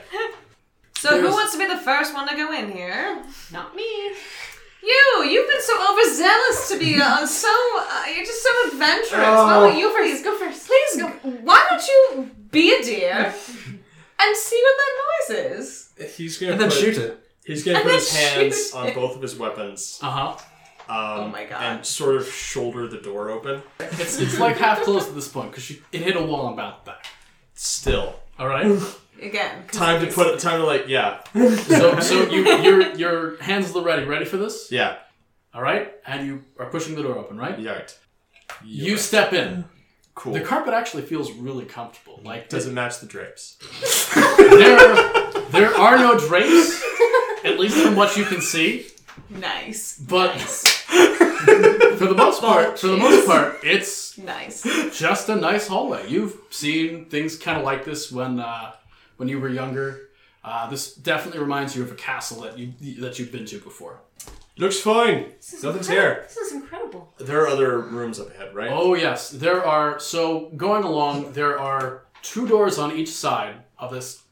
F: So who
E: There's-
F: wants to be the first one to go in here?
H: Not me.
F: You! You've been so overzealous to be uh, so. Uh, you're just so adventurous. Why
I: Oh.
F: don't you please go first? Please go. Why don't you be a deer and see what that noise is?
G: He's gonna
I: And then
G: put-
I: shoot it.
G: He's gonna
F: And
G: put
F: then
G: his hands
F: shoot
G: on
F: it.
G: both of his weapons.
E: Uh huh.
G: Um,
F: Oh my God.
G: And sort of shoulder the door open.
E: It's, it's like half closed at this point because it hit a wall and bounced back.
G: Still,
E: All right.
F: Again. 'cause
G: time to
F: it's-
G: put. Time to like, yeah,
E: So, so you, your your hands are ready, ready for this.
G: yeah,
E: All right, and you are pushing the door open, right?
G: yeah. right.
E: You step in.
G: cool.
E: The carpet actually feels really comfortable. Like
G: Doesn't match the drapes.
E: there there are no drapes, at least from what you can see.
F: Nice.
E: But for the most part, for the most part, it's
F: Nice.
E: just a nice hallway. You've seen things kind of like this when uh, when you were younger. Uh, this definitely reminds you of a castle that you that you've been to before.
G: Looks fine.
H: This is
G: Nothing's
H: incredi-
G: here.
H: This is incredible.
G: There are other rooms up ahead, right?
E: Oh yes, there are. So going along, there are two doors on each side of this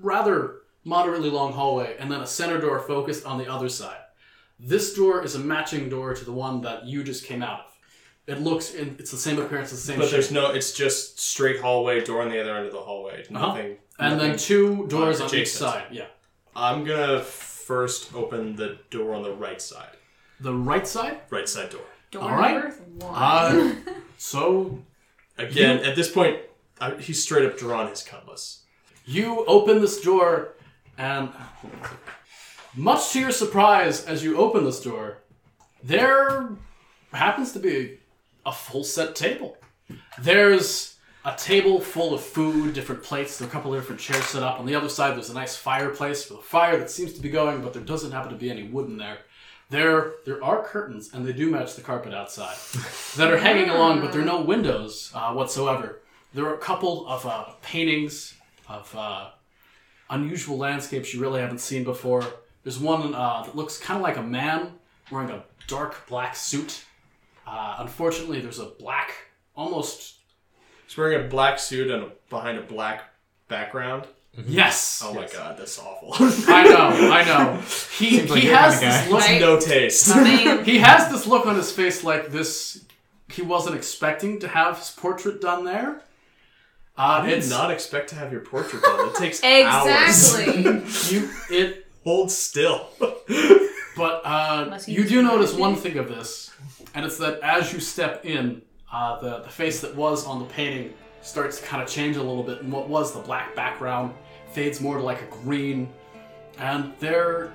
E: rather moderately long hallway, and then a center door focused on the other side. This door is a matching door to the one that you just came out of. It looks, and it's the same appearance, it's the same
G: But
E: shape.
G: there's no. It's just straight hallway door on the other end of the hallway.
E: Uh-huh.
G: Nothing.
E: and
G: nothing.
E: then two doors on each
G: Adjacent.
E: side. Yeah,
G: I'm gonna first open the door on the right side.
E: the right side.
G: Right side door.
F: Door
E: All right.
F: number one.
E: Uh, so
G: Again, at this point, I, he's straight up drawn his cutlass.
E: You open this door, and much to your surprise, as you open this door, there happens to be a full set table. There's a table full of food, different plates, a couple of different chairs set up. On the other side, there's a nice fireplace with a fire that seems to be going, but there doesn't happen to be any wood in there. There, there are curtains, and they do match the carpet outside, that are hanging along, but there are no windows uh, whatsoever. There are a couple of uh, paintings of uh, unusual landscapes you really haven't seen before. There's one uh, that looks kind of like a man wearing a dark black suit. Uh, unfortunately, there's a black, almost
G: He's wearing a black suit and a, behind a black background.
E: yes.
G: Oh my god, that's awful.
E: I know, I know. He he
I: like your
E: has
I: kinda
E: this look.
G: no taste.
F: Man,
E: He has this look on his face like this. He wasn't expecting to have his portrait done there. Uh,
G: I did
E: it's
G: not expect to have your portrait done. It takes hours.
F: exactly.
E: you. It
G: Hold still.
E: But uh,
F: Unless he
E: you
F: was
E: do
F: born
E: notice
F: today.
E: one thing of this, and it's that as you step in, uh, the, the face that was on the painting starts to kind of change a little bit, and what was the black background fades more to like a green, and there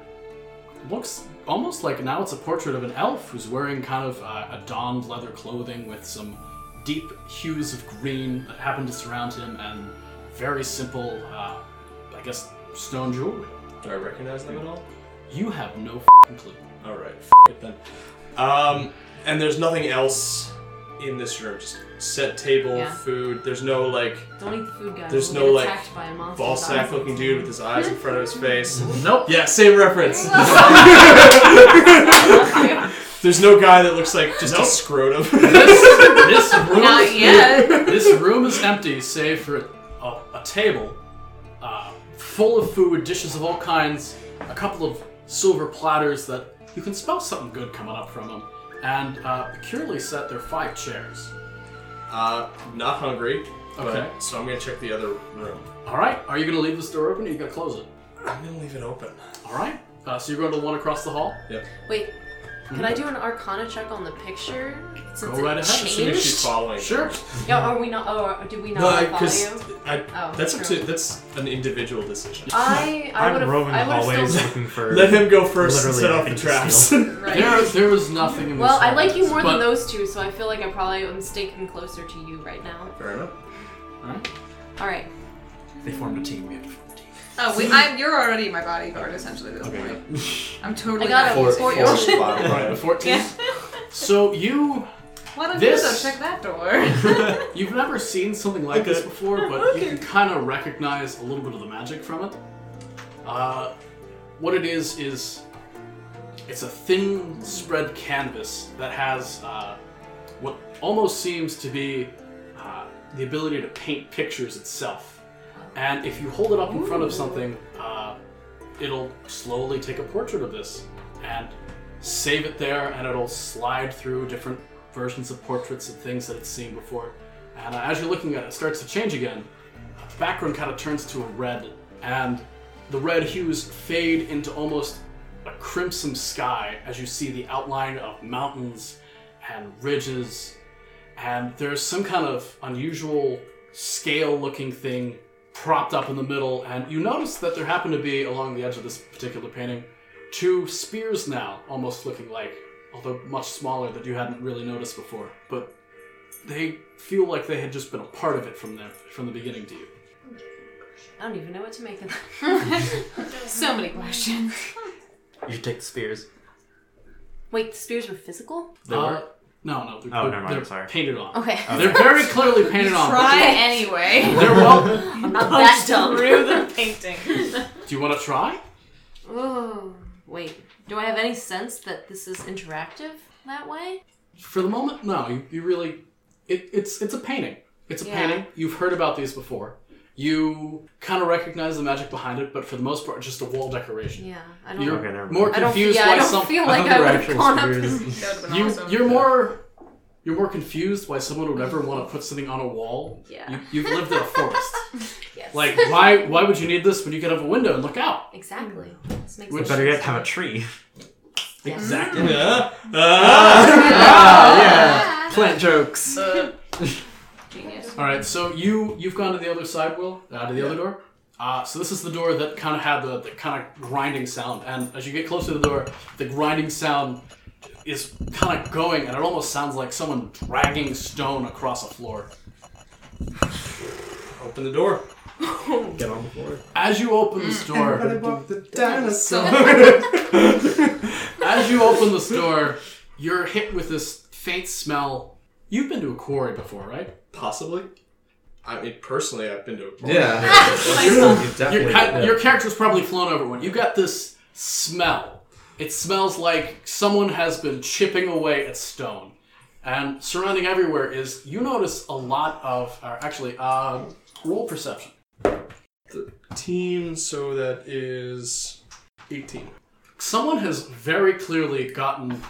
E: looks almost like now it's a portrait of an elf who's wearing kind of uh, a donned leather clothing with some deep hues of green that happen to surround him, and very simple, uh, I guess, stone jewelry.
G: Do I recognize them at all?
E: You have no f***ing clue.
G: All right, f- it then. Um, and there's nothing else in this room. Just set table,
H: Yeah.
G: food. There's no like
H: Don't eat the food, guys.
G: There's
H: We'll
G: no,
H: get
G: like,
H: attacked by a monster.
G: ball sack looking dude with his eyes in front of his face.
E: Nope.
G: Yeah, same reference. There's no guy that looks like just a scrotum.
E: this, this room,
F: Not yet.
E: this room is empty save for a, a table uh, full of food, dishes of all kinds, a couple of silver platters that you can smell something good coming up from them, and uh, peculiarly set their five chairs.
G: uh, not hungry. but-
E: Okay.
G: so I'm gonna check the other room.
E: All right, are you going to leave this door open or you going to close it?
G: I'm gonna leave it open.
E: All right, uh, so you're going to the one across the hall.
H: Wait, can I do an Arcana check on the picture? Since
E: Go right ahead,
H: it
G: Assuming she's
H: changed?
G: following.
E: Sure.
H: Yeah, are we not? Oh, do we not
G: No, because
H: follow you?
G: I,
H: Oh,
G: that's up
H: true.
G: to, that's an individual decision.
H: Uh, I I
I: I'm
H: would have.
I: roaming the
H: I would have
I: hallways
H: still.
I: looking for.
G: Let him go first and
I: Literally,
G: set
I: I
G: off the
I: think it's
G: traps.
I: still-
E: There, there was nothing in this.
H: Well, I
E: room,
H: like you more
E: but-
H: than those two, so I feel like I probably am sticking closer to you right now.
G: Fair enough.
H: All right.
I: They formed a team. We have to form
F: Oh, we, I, you're already my bodyguard, essentially, at this point. I'm totally
H: I got
F: not
H: a
F: used to
H: four-
F: you.
H: four.
E: Right, the 14th.
F: Yeah.
E: So you
F: Why don't
E: This-
F: you go check that door?
E: You've never seen something like this before, but you can kind of recognize a little bit of the magic from it. Uh, what it is is it's a thin spread canvas that has uh, what almost seems to be uh, the ability to paint pictures itself. And if you hold it up in front of something, uh, it'll slowly take a portrait of this and save it there, and it'll slide through different versions of portraits and things that it's seen before. And uh, as you're looking at it, it starts to change again. The background kind of turns to a red, and the red hues fade into almost a crimson sky as you see the outline of mountains and ridges. And there's some kind of unusual scale looking thing propped up in the middle. And you notice that there happen to be, along the edge of this particular painting, two spears now, almost looking like, although much smaller, that you hadn't really noticed before. But they feel like they had just been a part of it from there from the beginning to you.
H: I don't even know what to make of that.
F: so many questions.
I: You should take the spears.
H: Wait, the spears were physical?
I: They
E: Uh,
I: work.
E: No, no, they're,
I: Oh,
E: they're,
I: never mind,
E: they're
I: sorry. Oh,
E: painted on.
H: Okay.
E: They're very clearly painted on. but
F: Try anyway.
E: They're well.
H: I'm not that dumb.
F: Through the painting.
E: Do you want to try?
H: Oh, wait. Do I have any sense that this is interactive that way?
E: For the moment, no. You, you really, it, it's it's a painting. It's a
H: Yeah.
E: painting. You've heard about these before. You kind of recognize the magic behind it, but for the most part, just a wall decoration.
H: Yeah, I don't.
E: You're
I: Okay, never mind.
E: more
H: I don't.
E: confused
H: Yeah, I
E: why
H: don't
E: some
H: feel like I
I: Other
H: would
I: actual
H: have gone up.
I: spheres.
F: That
H: And,
F: would have been
E: you
F: awesome.
E: you're more you're more confused why someone would ever want to put something on a wall.
H: Yeah.
E: You, you've lived in a forest.
H: yes.
E: Like why why would you need this when you could have a window and look out?
H: exactly. This makes
E: Which-
H: sense.
I: Better yet, have a tree.
H: Yes.
G: Mm.
I: yeah. Plant jokes.
F: Uh, Genius.
E: All right, so you you've gone to the other side, Will, uh, to the other door. Uh, so this is the door that kind of had the, the kind of grinding sound, and as you get closer to the door, the grinding sound is kind of going, and it almost sounds like someone dragging stone across a floor.
G: Open the door.
I: Get on the floor.
E: As you open this door,
G: the dinosaur.
E: as you open this door, you're hit with this faint smell. You've been to a quarry before, right?
G: Possibly. I mean, personally, I've been to a party.
I: Yeah.
E: Your, ca- your character's probably flown over one. You got this smell. It smells like someone has been chipping away at stone. And surrounding everywhere is, you notice a lot of, or actually, uh, roll perception.
G: Team, so that is 18.
E: Someone has very clearly gotten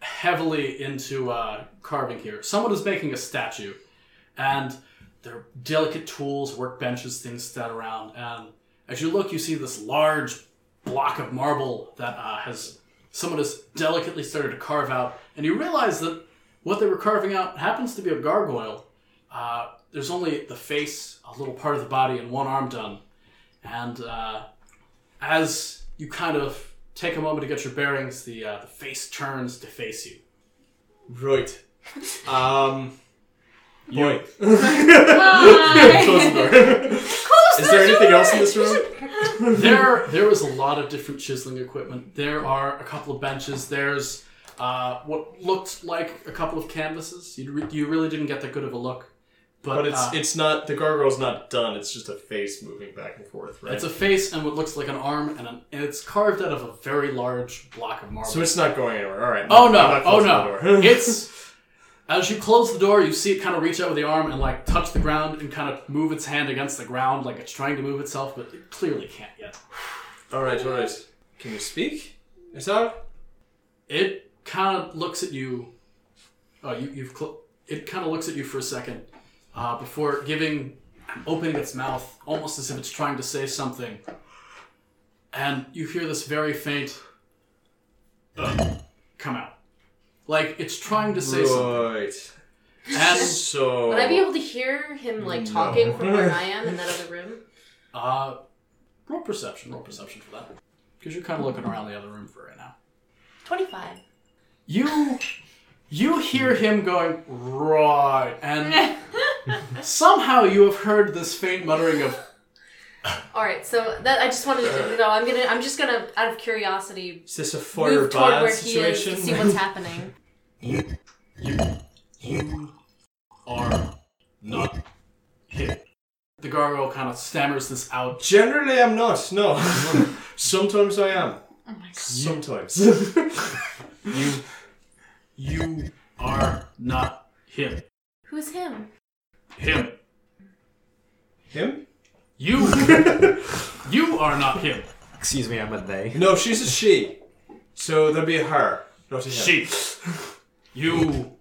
E: heavily into uh, carving here. Someone is making a statue, and they're delicate tools, workbenches, things that around. And as you look, you see this large block of marble that uh, has someone has delicately started to carve out, and you realize that what they were carving out happens to be a gargoyle. Uh, there's only the face, a little part of the body, and one arm done. And uh, as you kind of take a moment to get your bearings, the, uh, the face turns to face you.
G: Right. Um. Boy. Close the door. is there anything else in this room?
E: there there was a lot of different chiseling equipment. There are a couple of benches. There's uh, what looked like a couple of canvases. You, re- you really didn't get that good of a look, but,
G: But it's
E: uh,
G: it's not the gargoyle's not done. It's just a face moving back and forth, right?
E: it's a face and what looks like an arm, and, an, and it's carved out of a very large block of marble.
G: so it's not going anywhere. All right.
E: Oh
G: I'm
E: no!
G: not
E: Oh
G: closing
E: no!
G: the door.
E: it's as you close the door, you see it kind of reach out with the arm and like touch the ground and kind of move its hand against the ground, like it's trying to move itself, but it clearly can't yet.
G: all right. All right. Can you speak? Is that?
E: It kind of looks at you. Oh, you, you've. Cl- it kind of looks at you for a second uh, before giving, opening its mouth almost as if it's trying to say something. And you hear this very faint "Ugh," come out, like it's trying to say something.
G: Right.
E: And
G: So.
H: Would I be able to hear him like talking from where I am in that other room?
E: Uh, roll perception. Roll perception for that, because you're kind of looking around the other room for right now.
H: Twenty-five.
E: You, you hear him going right, and somehow you have heard this faint muttering of
H: All right, so that I just wanted to know. I'm gonna. I'm just gonna, out of curiosity,
G: Is this a Uh, fire
H: move toward
G: bad
H: where he is to
G: situation?
H: see what's happening.
E: "are not hit." The gargoyle kind of stammers this out.
G: Generally, I'm not. No. Sometimes I am.
F: Oh
G: Sometimes.
E: You, you are not him.
H: Who's him?
E: Him.
G: Him?
E: You, you are not him.
I: Excuse me, I'm a they.
G: No, she's a she. So that'd be her, not a him.
E: She. You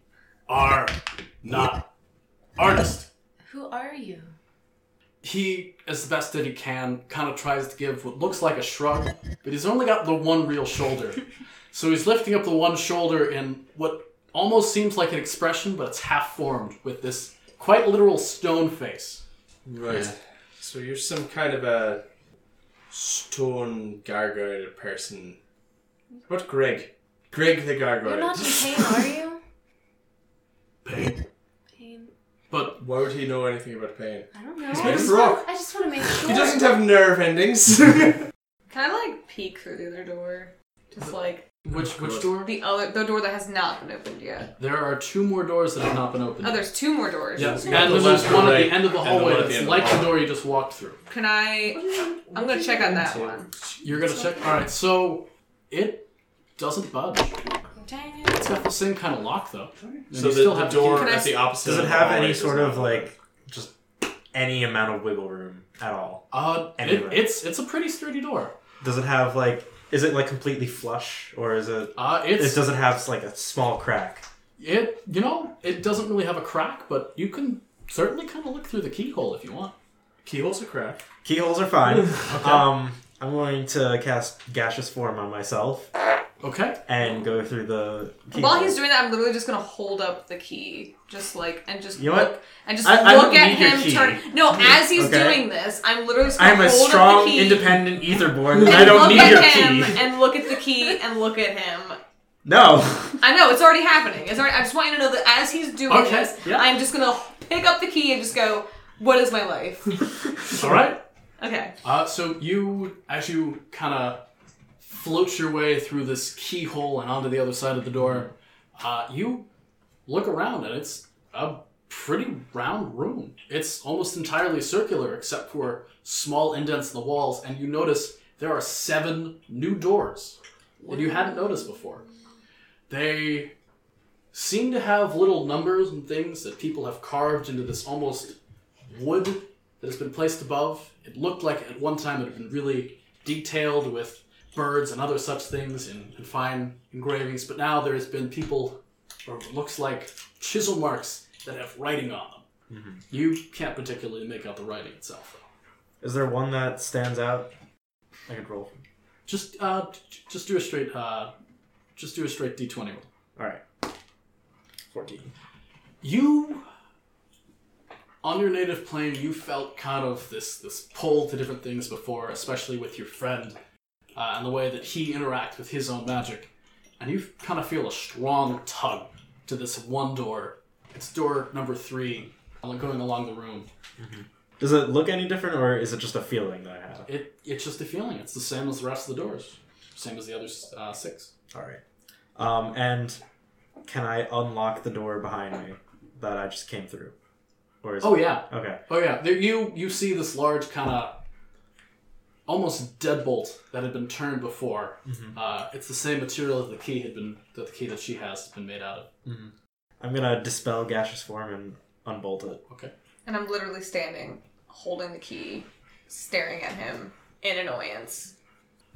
E: are not artist.
H: Who are you?
E: he, as the best that he can, kind of tries to give what looks like a shrug, but he's only got the one real shoulder. So he's lifting up the one shoulder in what almost seems like an expression, but it's half formed with this quite literal stone face.
G: Right. So you're some kind of a stone gargoyle person. What Greg? Greg the gargoyle.
H: You're not in pain, are you?
E: Pain.
H: Pain.
E: But
G: Why would he know anything about pain?
H: I don't know.
G: made
H: I
G: of
H: just,
G: rock.
H: want, I just want to make sure.
G: He doesn't have nerve endings.
F: Can I like peek through the other door? Just like
E: which which door?
F: the other the door that has not been opened yet.
E: There are two more doors that have not been opened.
F: Oh, there's two more doors.
E: yeah,
G: You got
E: and
G: the
E: then there's
G: left
E: one
G: and
E: at the
G: right,
E: end of the
G: and the one
E: hallway
G: at the
E: that's
G: end of
E: like
G: the
E: the door you just walked through.
F: Can I? I'm gonna check on that one.
E: You're gonna check. All right, so it doesn't budge.
H: Dang it.
E: It's got the same kind of lock though. And you
G: so the,
E: still
G: the
E: have to
G: door
E: keep-
F: Can I
G: at the
F: s-
G: opposite.
I: Does it
G: of the
I: have
G: hallway
I: any
G: does
I: sort
G: not
I: of
G: open.
I: like just any amount of wiggle room at all?
E: Uh, it-
I: Anyway.
E: it's it's a pretty sturdy door.
I: Does it have like? Is it like completely flush, or is it?
E: Uh,
I: It
E: it's
I: doesn't have like a small crack.
E: it you know it doesn't really have a crack, but you can certainly kind of look through the keyhole if you want.
G: Keyhole's a crack.
I: Keyholes are fine. Um, I'm going to cast gaseous form on myself
E: Okay.
I: and go through the. Keyhole.
F: While he's doing that, I'm literally just gonna hold up the key, just like and just
I: You know
F: look
I: what?
F: and just
I: I- I
F: look
I: don't
F: at
I: need your
F: him
I: key.
F: turn. No, as he's
I: Okay.
F: doing this, I'm literally just gonna
I: I'm a
F: hold up
I: strong,
F: the key
I: independent etherborn, and
F: and
I: I don't
F: look
I: need
F: at
I: your
F: him
I: key.
F: and look at the key and look at him.
I: No.
F: I know it's already happening. It's already. I just want you to know that as he's doing
E: Okay,
F: this,
E: yeah.
F: I'm just gonna pick up the key and just go, "What is my life?"
E: All right.
F: Okay.
E: Uh, so you, as you kind of float your way through this keyhole and onto the other side of the door, uh, you look around and it's a pretty round room. It's almost entirely circular except for small indents in the walls, and you notice there are seven new doors that you hadn't noticed before. They seem to have little numbers and things that people have carved into this almost wood that has been placed above. It looked like at one time it had been really detailed with birds and other such things and, and fine engravings, but now there has been people, or it looks like chisel marks that have writing on them. You can't particularly make out the writing itself. though.
I: Is there one that stands out? I could roll.
E: Just, uh, j- just do a straight, uh, just do a straight D twenty roll.
I: All right. Fourteen.
E: you on your native plane you felt kind of this this pull to different things before especially with your friend uh, and the way that he interacts with his own magic and you kind of feel a strong tug to this one door it's door number three uh, going along the room
I: Does it look any different, or is it just a feeling that I have?
E: it it's just a feeling it's the same as the rest of the doors same as the other uh, six
I: All right. Um, and can I unlock the door behind me that I just came through? Or is
E: oh yeah
I: Okay.
E: Oh yeah, there, you you see this large kind of almost deadbolt that had been turned before.
G: Mm-hmm.
E: Uh, it's the same material that the key had been that the key that she has has been made out of.
I: I'm gonna dispel gaseous form and unbolt it.
E: Okay.
F: And I'm literally standing, holding the key, staring at him in annoyance.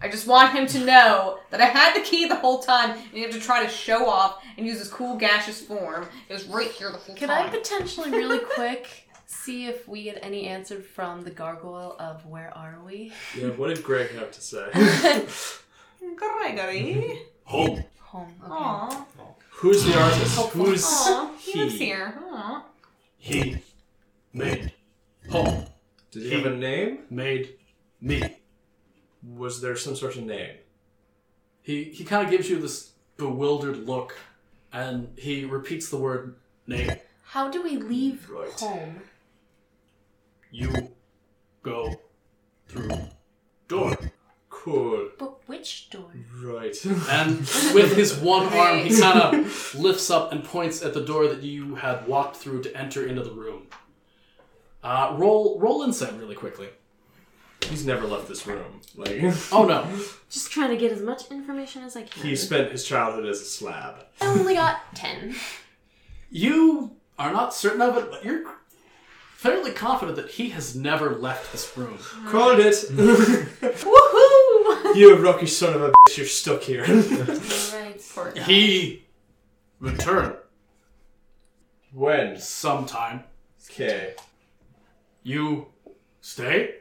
F: I just want him to know that I had the key the whole time, and you have to try to show off and use his cool gaseous form. It was right here the whole
H: Could I
F: time.
H: potentially, really quick, see if we get any answer from the gargoyle of where are we?
G: Yeah, what did Greg have to say?
F: Gregory?
G: Hope.
H: Home.
F: Mm-hmm.
H: Okay.
F: Aw.
G: Who's the artist?
F: Hopeful.
G: Who's
F: Aw, he
G: he?
F: lives here. Aw.
G: He made.
E: Home
G: Did he have a name?
E: made me.
G: Was there some sort of name?
E: He he kind of gives you this bewildered look, and he repeats the word name.
H: How do we leave
G: Right.
H: home?
E: You go through door,
G: Cool.
H: But which door?
G: Right.
E: and with his one arm, he kind of lifts up and points at the door that you had walked through to enter into the room. Uh, roll roll insight really quickly.
G: He's never left this room. Like
E: Oh no.
H: Just trying to get as much information as I can.
G: he spent his childhood as a slab.
H: I only got 10.
E: You are not certain of it, but you're fairly confident that he has never left this room.
G: Called it.
F: Woohoo!
G: you rocky son of a bitch. You're stuck here.
H: Right.
F: Poor guy.
E: He returned
G: when?
E: sometime.
G: Okay.
E: You stay?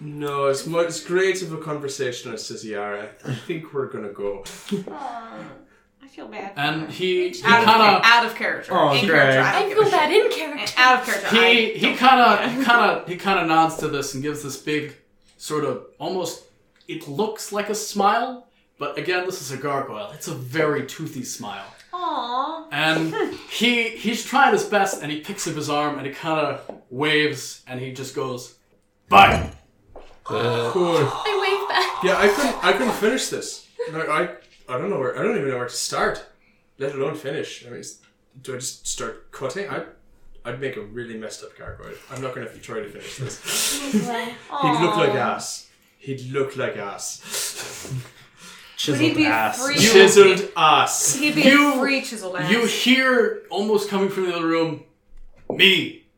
G: No, as much great of a conversation as Ciziara. I think we're gonna go.
F: I feel bad.
E: And he, he
F: out, of,
E: kinda
F: out of character.
I: Oh,
F: in
I: Greg.
F: character. I, don't
H: I
F: give a
H: feel
F: shit.
H: bad in character.
F: Out of character.
E: he
F: I
E: he kind of he kind of he kind of nods to this and gives this big sort of almost it looks like a smile but again this is a gargoyle it's a very toothy smile
F: Aw.
E: and he he's trying his best and he picks up his arm and he kind of waves and he just goes bye
G: Cool.
H: I wave back.
G: Yeah, I couldn't. I couldn't finish this. Like, I, I don't know where. I don't even know where to start, let alone finish. I mean, s- do I just start cutting? I, I'd make a really messed up gargoyle. I'm not gonna try to finish this. He'd look like ass. He'd look like ass.
F: Would
I: Chiseled
F: he be
I: ass.
F: free?
G: Chiseled ass.
F: He'd be
E: You-
F: a free chiseled ass.
E: you hear almost coming from the other room me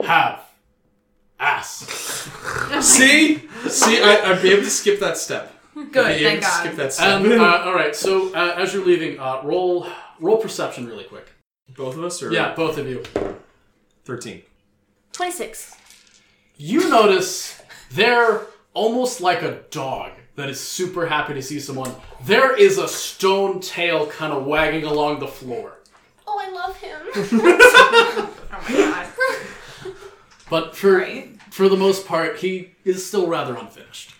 E: have ass. See?
G: See, I, I'd be able to skip that step.
F: Good,
G: I'd be
F: thank
G: able to
F: God.
G: skip that step.
E: And,
I: Um,
E: uh, all right. So uh, as you're leaving, uh, roll roll perception really quick.
G: Both of us, or
E: Yeah, both of you.
G: thirteen.
H: 26.
E: You notice they're almost like a dog that is super happy to see someone. There is a stone tail kind of wagging along the floor.
H: Oh, I love him.
F: Oh my god.
E: But for
F: Right.
E: for the most part, he is still rather unfinished.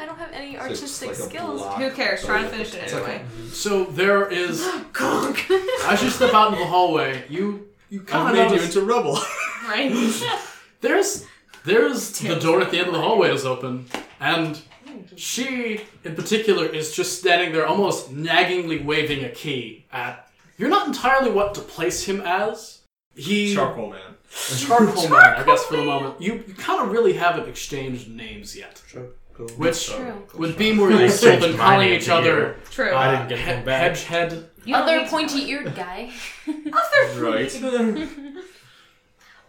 H: I don't have any
G: it's
H: artistic
G: like a
H: skills.
G: block.
F: Who cares? Trying to finish it
G: It's okay.
F: anyway.
E: So there is as you step out into the hallway, you you
G: I
E: kind
G: made
E: of
G: you into rubble.
F: Right?
E: there's there's the door at the end of the hallway is open, and she in particular is just standing there, almost naggingly waving a key at. You're not entirely what to place him as. He
G: Charcoal man.
E: charcoal, man, I guess for the moment. You, you kind of really haven't exchanged names yet, which
H: True.
E: would be more useful
I: exchanged
E: than
I: my
E: calling
I: name
E: each
I: to
E: other
F: True.
I: I
E: uh,
I: didn't get
E: he-
I: one back.
E: hedge head.
H: Other pointy eared guy.
G: Right.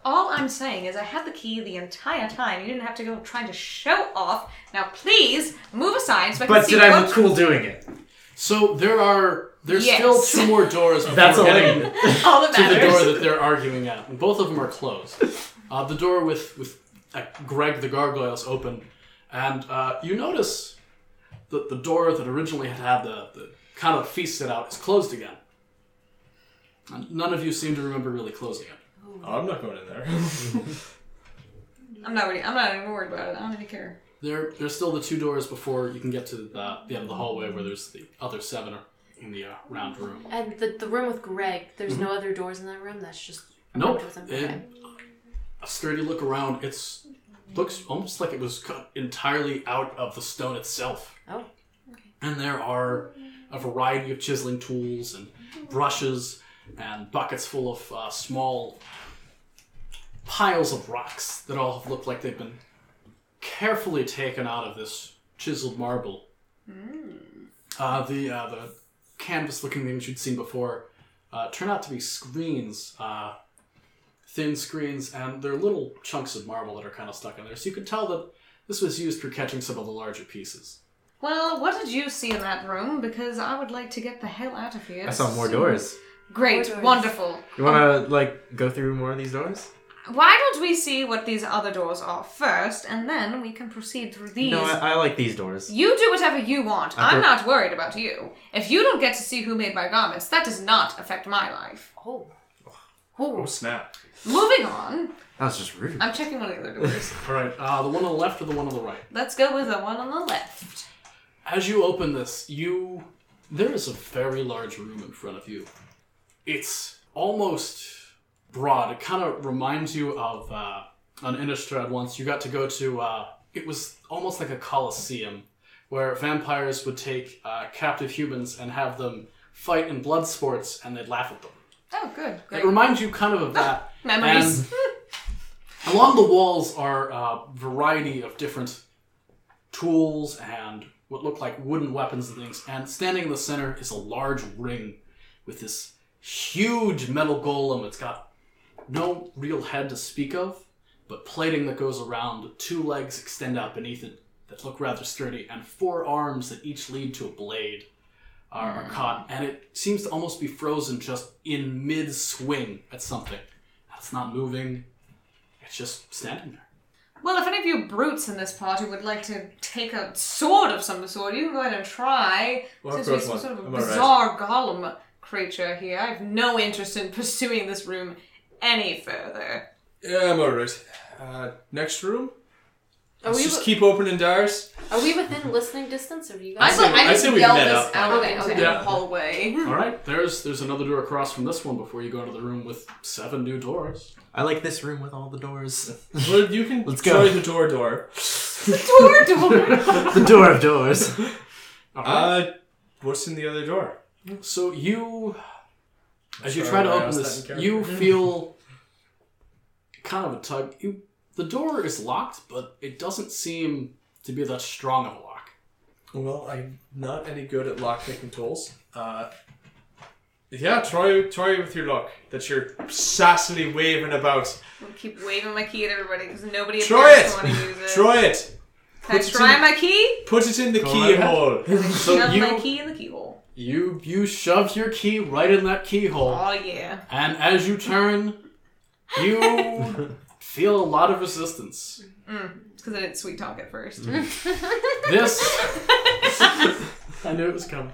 F: All I'm saying is I had the key the entire time. You didn't have to go trying to show off. Now please move aside so I can
I: But
F: see
I: did I
F: what
I: look cool doing it?
E: So there are there's
F: Yes.
E: still two more doors. before
I: That's all I
E: getting-
I: need.
F: all that
E: to the
F: matters.
E: door that they're arguing at, and both of them are closed. Uh, the door with with uh, Greg the gargoyle is open, and uh, you notice that the door that originally had had the, the kind of feast set out is closed again. And none of you seem to remember really closing it.
G: I'm not going in there.
F: I'm not. Really, I'm not even worried about it. I don't even care.
E: There, there's still the two doors before you can get to the, the end of the hallway where there's the other seven are in the uh, round room.
H: And the, the room with Greg, there's no other doors in that room. That's just.
E: Nope.
H: doors in-
E: It, a sturdy look around. It's looks almost like it was cut entirely out of the stone itself.
H: Oh.
E: And there are a variety of chiseling tools and brushes and buckets full of uh, small piles of rocks that all have looked like they've been carefully taken out of this chiseled marble. Uh, the uh, the canvas-looking things you'd seen before uh, turn out to be screens, uh, thin screens, and they're little chunks of marble that are kind of stuck in there. So you could tell that this was used for catching some of the larger pieces.
F: Well, what did you see in that room? Because I would like to get the hell out of here.
I: I saw more doors.
F: Great,
H: More doors.
F: wonderful.
I: You want to like go through more of these doors?
F: Why don't we see what these other doors are first, and then we can proceed through these.
I: No, I, I like these doors.
F: You do whatever you want.
I: I
F: I'm
I: pre-
F: not worried about you. If you don't get to see who made my garments, that does not affect my life.
H: Oh.
G: Oh
H: Oh.
G: snap!
F: Moving on,
I: That was just rude.
F: I'm checking one of the other doors.
E: All right, uh, the one on the left or the one on the right?
F: Let's go with the one on the left.
E: As you open this, you there is a very large room in front of you. It's almost broad. It kind of reminds you of uh, an Innistrad once you got to go to. Uh, it was almost like a coliseum where vampires would take uh, captive humans and have them fight in blood sports, and they'd laugh at them.
F: Oh, good.
E: It reminds you kind of of that.
F: Memories.
E: And along the walls are a variety of different tools and what look like wooden weapons and things. And standing in the center is a large ring with this huge metal golem. It's got no real head to speak of, but plating that goes around. Two legs extend out beneath it that look rather sturdy, and four arms that each lead to a blade are, are caught. And it seems to almost be frozen just in mid swing at something. It's not moving. It's just standing there.
F: Well, if any of you brutes in this party would like to take a sword of some sort, you can go ahead and try.
G: Well, I've
F: Since we have
G: got
F: some sort of
G: one.
F: a
G: I'm all right.
F: bizarre golem creature here, I have no interest in pursuing this room any further.
G: Yeah, I'm alright. Uh, next room.
H: Are,
G: Let's
H: we,
G: just keep opening doors.
H: are we within listening distance? Or are you
F: I
H: guys.
F: would, I
G: I
F: need
G: say
F: to
G: we
F: yell
G: met
F: this
G: up.
F: out
H: Okay,
F: into
H: okay.
F: the
G: Yeah.
F: hallway.
E: All right, there's there's another door across from this one before you go into the room with seven new doors.
I: I like this room with all the doors.
G: Well, you can
I: Let's
G: try
I: go.
G: the door door.
F: Door, door.
I: the door of doors.
G: Uh, what's in the other door?
E: So you, as you try
G: Sorry,
E: to
G: I
E: open
G: asked
E: this,
G: that in
E: you
G: character.
E: feel kind of a tug. You the door is locked, but it doesn't seem to be that strong of a lock.
G: Well, I'm not any good at lockpicking tools. Uh, Yeah, try try with your luck that you're sassily waving about.
F: I'm gonna keep waving my key at everybody because nobody
G: Try
F: appears to want to use
I: Uh,
G: it.
F: it.
G: Try it.
F: Can I
G: Put it
F: try
G: in-
F: my key?
G: Put it in the
E: ahead.
G: keyhole.
E: So
F: Shove my
E: you,
F: key in the keyhole.
E: you you shoved your key right in that keyhole,
F: Oh yeah.
E: and as you turn, you feel a lot of resistance.
F: Because I didn't sweet talk at first.
E: This I knew it was coming.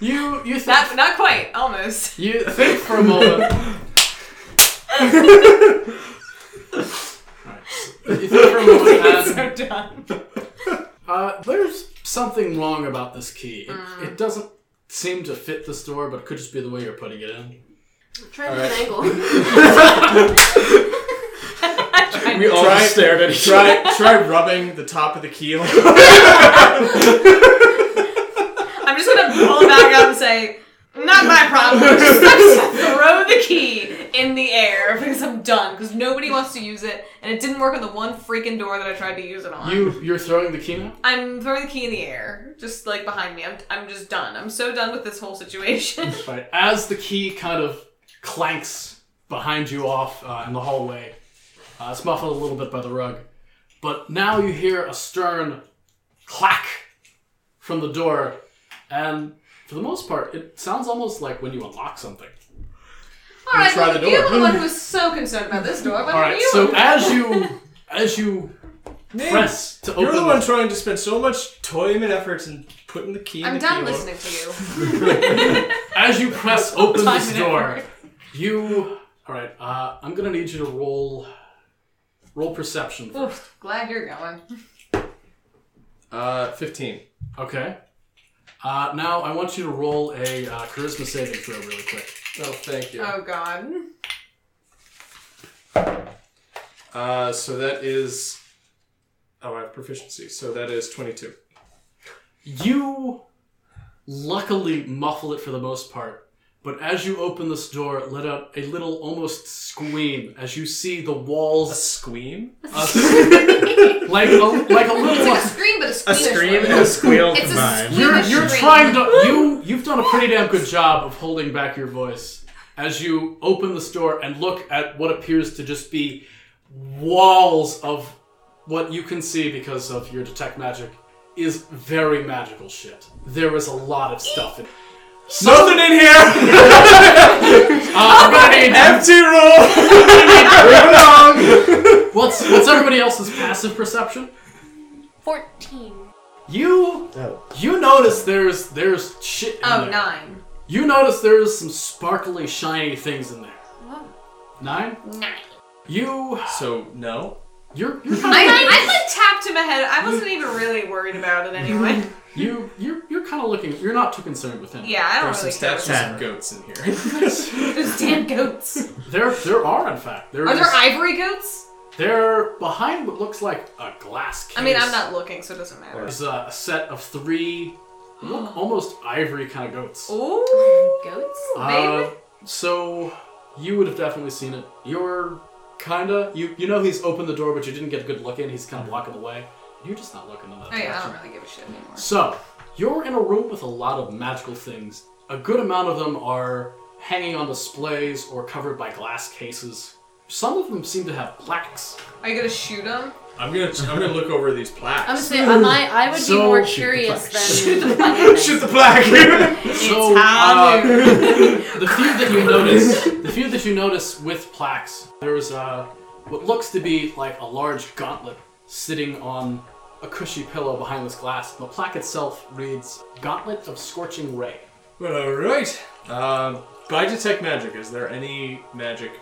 E: You you think
F: not not quite. Almost.
E: you think for a moment. Alright, so You think for a moment and
F: so done.
E: Uh, there's something wrong about this key. It, it doesn't seem to fit this door, but it could just be the way you're putting it in.
H: Try this angle.
G: We all
E: Try-
G: just stared at each other.
E: Try try rubbing the top of the keyhole.
F: I'm just gonna pull back up and say, not my problem. I'm just gonna throw the key in the air because I'm done. Because nobody wants to use it, and it didn't work on the one freaking door that I tried to use it on.
E: You you're throwing the key now.
F: I'm throwing the key in the air, just like behind me. I'm, I'm just done. I'm so done with this whole situation.
E: Right. As the key kind of clanks behind you off uh, in the hallway, uh, it's muffled a little bit by the rug. But now you hear a stern clack from the door, and for the most part, it sounds almost like when you unlock something.
F: All right,
G: try the
F: you
G: door.
F: were the one who was so concerned about this door. What
E: All
F: are
E: right.
F: you?
E: So as you as you press to open
G: You're the
E: the-
G: one trying to spend so much time and effort in putting the key in
F: I'm
G: the
F: done
G: keyhole.
F: listening to you.
E: as you press open
F: Time
E: this
F: and
E: door,
F: effort.
E: you. All right. Uh, I'm gonna need you to roll roll perception. first.
F: Oof, glad you're going.
G: Uh, fifteen.
E: Okay. Uh, now I want you to roll a uh, charisma saving throw really quick.
G: Oh, thank you.
F: Oh God.
G: Uh, so that is. Oh, I have proficiency. So that is twenty-two.
E: You luckily muffle it for the most part, but as you open this door, it let out a little almost squeam as you see the walls
G: Squeam.
E: like a, like a little.
F: It's like a scream, but a
I: A
F: squeamish
I: scream
F: one.
I: and a squeal
F: It's a
I: combined.
E: you're
F: squeamish
E: you're
F: scream.
E: trying to you you've done a pretty damn good job of holding back your voice as you open this door and look at what appears to just be walls of what you can see because of your detect magic is very magical shit. There is a lot of stuff in.
G: Nothing in here.
E: Uh, I'm gonna need-
G: Empty room. Leave it alone.
E: what's what's everybody else's passive perception?
H: 14.
E: You
I: Oh.
E: you notice there's there's shit. In
F: Oh,
E: there.
F: nine.
E: You notice there's some sparkly shiny things in there. Nine.
F: Nine.
E: You
G: So no.
E: you're you're
F: I,
E: kind of
F: I like tapped him ahead. I wasn't even really worried about it anyway.
E: You you're you're kind of looking. You're not too concerned with him.
F: Yeah, I don't
G: There's some
F: really care.
G: statues
I: Ten.
G: of goats in here.
F: Those damn goats.
E: There there are in fact there
F: Are there
E: is-
F: ivory goats?
E: they're behind what looks like a glass case.
F: I mean, I'm not looking, so it doesn't matter.
E: There's a, a set of three, look almost ivory kind of goats.
F: Ooh,
H: Goats?
E: Uh, so you would have definitely seen it. You're kinda you you know he's opened the door, but you didn't get a good look in. He's kind of blocking the way. You're just not looking in that
F: Oh yeah, I
E: direction.
F: don't really give a shit anymore.
E: So, you're in a room with a lot of magical things. A good amount of them are hanging on displays or covered by glass cases. Some of them seem to have plaques.
F: Are you gonna shoot them?
G: I'm gonna I'm gonna look over these
H: I'm
G: plaques.
H: gonna say, am I, I would
E: So-
H: be more curious than.
G: Shoot the plaque.
E: So, uh, the few that you notice, the few that you notice with plaques, there's uh, what looks to be like a large gauntlet sitting on a cushy pillow behind this glass. The plaque itself reads "Gauntlet of Scorching Ray."
G: well, all right. Um, by detect magic, is there any magic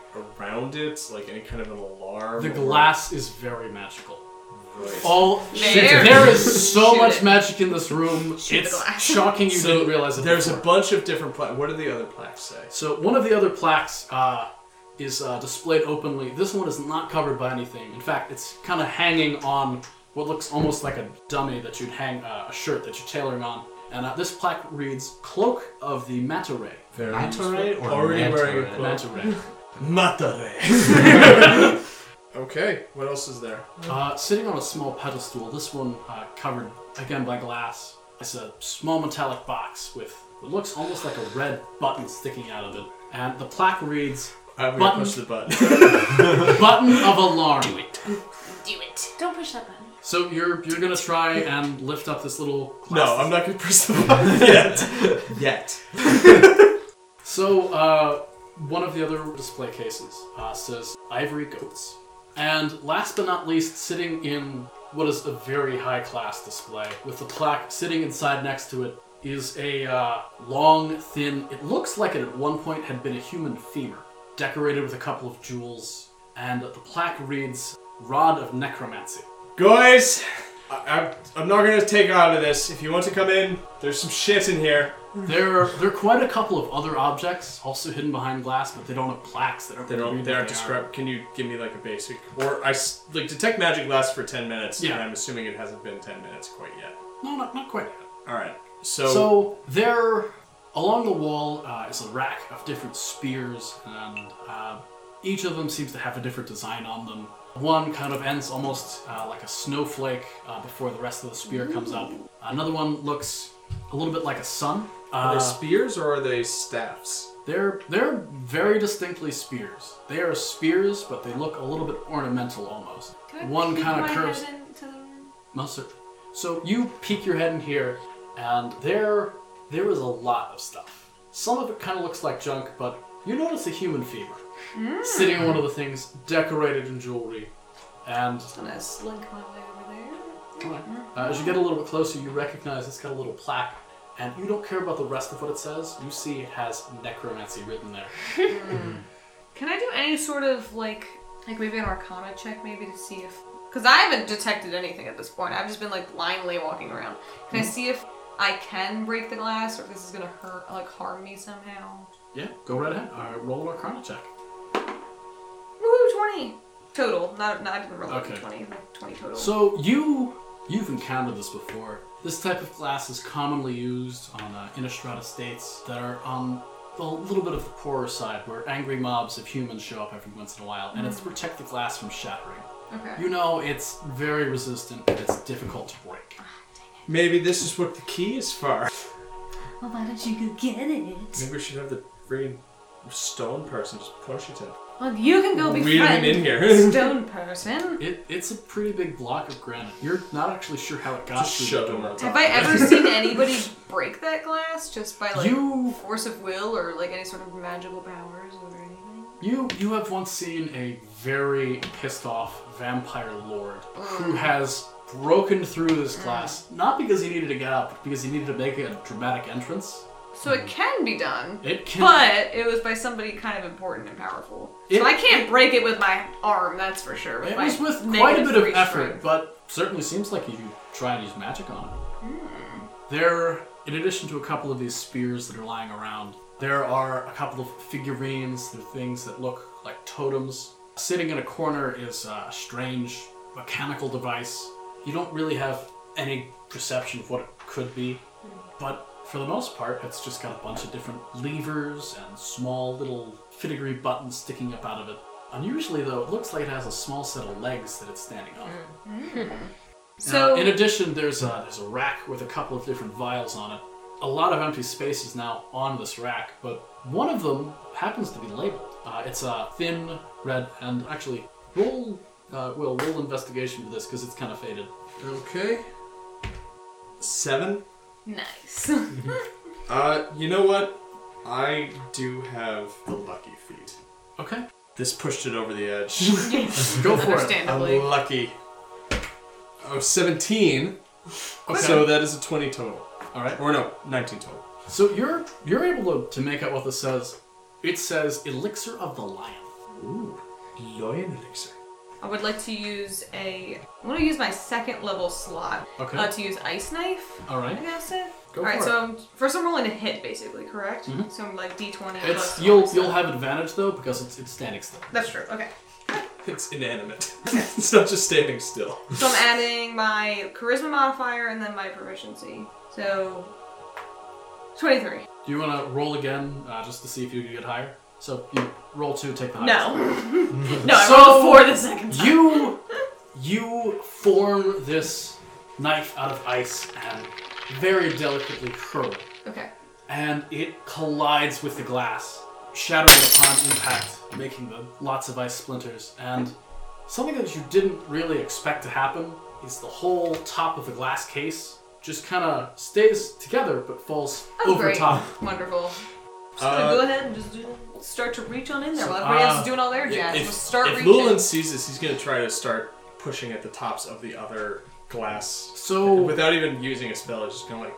G: around it, like any kind of an alarm?
E: The
G: or-
E: glass is very magical.
G: Right.
E: All
F: There.
E: there is so
F: Shoot
E: much
F: it.
E: magic in this room.
F: Shoot the
E: it's
F: glass.
E: shocking you
G: So,
E: didn't realize it.
G: There's a
E: before.
G: bunch of different plaques. What do the other plaques say?
E: so one of the other plaques uh, is uh, displayed openly. This one is not covered by anything. In fact, it's kind of hanging on what looks almost like a dummy that you'd hang uh, a shirt that you're tailoring on. And uh, this plaque reads "Cloak of the Manta Ray."
G: Very
I: Manta-ray or
G: already wearing a
I: manta-ray?
G: cloak.
E: Manta Ray.
G: Okay, what else is there?
E: Uh, sitting on a small pedestal, this one uh, covered again by glass, is a small metallic box with It looks almost like a red button sticking out of it. And the plaque reads,
G: I'm gonna
E: Button.
G: push the button.
E: Button of Alarm.
F: Do it.
H: Don't push that button.
E: So you're you're gonna try and lift up this little.
G: no, I'm not gonna press the button yet. yet.
E: So uh, one of the other display cases uh, says ivory goats, and last but not least, sitting in what is a very high class display with the plaque sitting inside next to it is a uh, long, thin. It looks like it at one point had been a human femur, decorated with a couple of jewels, and the plaque reads "Rod of Necromancy."
G: Guys, I, I, I'm not gonna take out of this. If you want to come in, there's some shit in here.
E: There are, there are quite a couple of other objects also hidden behind glass, but they don't have plaques that are.
G: They don't. They aren't described. Uh, Can you give me like a basic or I s- like detect magic lasts for ten minutes?
E: Yeah.
G: And I'm assuming it hasn't been ten minutes quite yet.
E: No, not, not quite. yet.
G: All right. So,
E: So there, along the wall, uh, is a rack of different spears, and uh, each of them seems to have a different design on them. One kind of ends almost uh, like a snowflake uh, before the rest of the spear comes up. Another one looks a little bit like a sun.
G: are
E: Uh,
G: they spears or are they staffs?
E: They're they're very distinctly spears. They are spears, but they look a little bit ornamental almost. One kind of curves. Most certainly. So you peek your head in here, and there there is a lot of stuff. Some of it kind of looks like junk, but you notice a human femur sitting on one of the things, decorated in jewelry. And
F: I'm gonna slink my way over there.
E: uh, as you get a little bit closer, you recognize it's got a little plaque, and you don't care about the rest of what it says. You see it has necromancy written there.
F: Can I do any sort of like, like maybe an Arcana check, maybe to see if? Because I haven't detected anything at this point. I've just been like blindly walking around. Can I see if I can break the glass, or if this is gonna hurt, like harm me somehow?
E: Yeah, go right ahead. Uh, roll an Arcana check.
F: Woohoo! Twenty total. Not, not I didn't roll
E: Okay.
F: okay. twenty. like, Twenty total.
E: So you you've encountered this before. This type of glass is commonly used on uh, Innistrad estates that are on a little bit of the poorer side, where angry mobs of humans show up every once in a while, and it's to protect the glass from shattering.
F: okay.
E: You know, it's very resistant and it's difficult to break.
G: Maybe this is what the key is for.
H: Well, why don't you go get it?
G: Maybe we should have the freaking stone person just push it in.
F: Well, you can go be
G: Wheel him
F: friend.
G: in here.
F: Stone person.
E: It, it's a pretty big block of granite. You're not actually sure how it got
G: Just
E: through
G: shove
E: the
G: him
E: door.
G: on
F: Have
G: top.
F: I ever seen anybody break that glass just by like
E: You-
F: force of will or like any sort of magical powers or anything?
E: You you have once seen a very pissed off vampire lord who has broken through this glass, not because he needed to get out, but because he needed to make a dramatic entrance.
F: So it can be done.
E: Hmm. It can
F: But it was by somebody kind of important and powerful.
E: It-
F: so I can't break it with my arm, that's for sure.
E: it
F: my
E: was with quite a
F: negative
E: bit of
F: three
E: effort,
F: strength.
E: but certainly seems like you could try and use magic on it. There, in addition to a couple of these spears that are lying around, there are a couple of figurines. They're things that look like totems. Sitting in a corner is uh, a strange mechanical device. You don't really have any perception of what it could be, but for the most part, it's just got a bunch of different levers and small little filigree buttons sticking up out of it. Unusually, though, it looks like it has a small set of legs that it's standing on.
F: So
E: Uh, in addition, there's a there's a rack with a couple of different vials on it. A lot of empty space is now on this rack, but one of them happens to be labeled. Uh, it's a thin red, and actually, roll uh, will roll investigation for this because it's kind of faded.
G: Okay. Seven.
F: nice.
G: Uh, you know what? I do have the lucky feet.
E: Okay,
G: This pushed it over the edge.
E: go for it.
F: Understandably.
G: I'm lucky. Oh, 17.
E: Okay.
G: So that is a 20 total.
E: All right.
G: Or no, 19 total.
E: So you're you're able to, to make out what this says. It says elixir of the lion.
G: Lion elixir.
F: I would like to use a I want to use my second level slot.
E: Okay.
F: Uh, to use ice knife.
E: All
F: I
E: right.
F: guess it.
E: Go
F: Alright,
E: for Mm-hmm.
F: so I'm, first I'm rolling a hit basically, correct? So I'm like D twenty.
E: It's you'll you'll have advantage though because it's it's standing still.
F: That's true. Okay.
G: It's inanimate. it's not just standing still.
F: So I'm adding my charisma modifier and then my proficiency. So twenty-three.
E: Do you want to roll again uh, just to see if you can get higher? So you roll two, take the highest.
F: No. no, I
E: So-
F: rolled four the second time.
E: You you form this knife out of ice and very delicately curl it.
F: Okay.
E: and it collides with the glass, shattering upon impact, making the lots of ice splinters. And something that you didn't really expect to happen is the whole top of the glass case just kind of stays together but falls
F: Oh,
E: over
F: great.
E: top.
F: Wonderful. Just gonna
G: Uh,
F: go ahead and just do, start to reach on in there while everybody else is doing all their jazz.
G: If,
F: just start
G: if
F: reaching.
G: Llewellyn sees this, he's going to try to start pushing at the tops of the other glass
E: So
G: without even using a spell. It's just going to like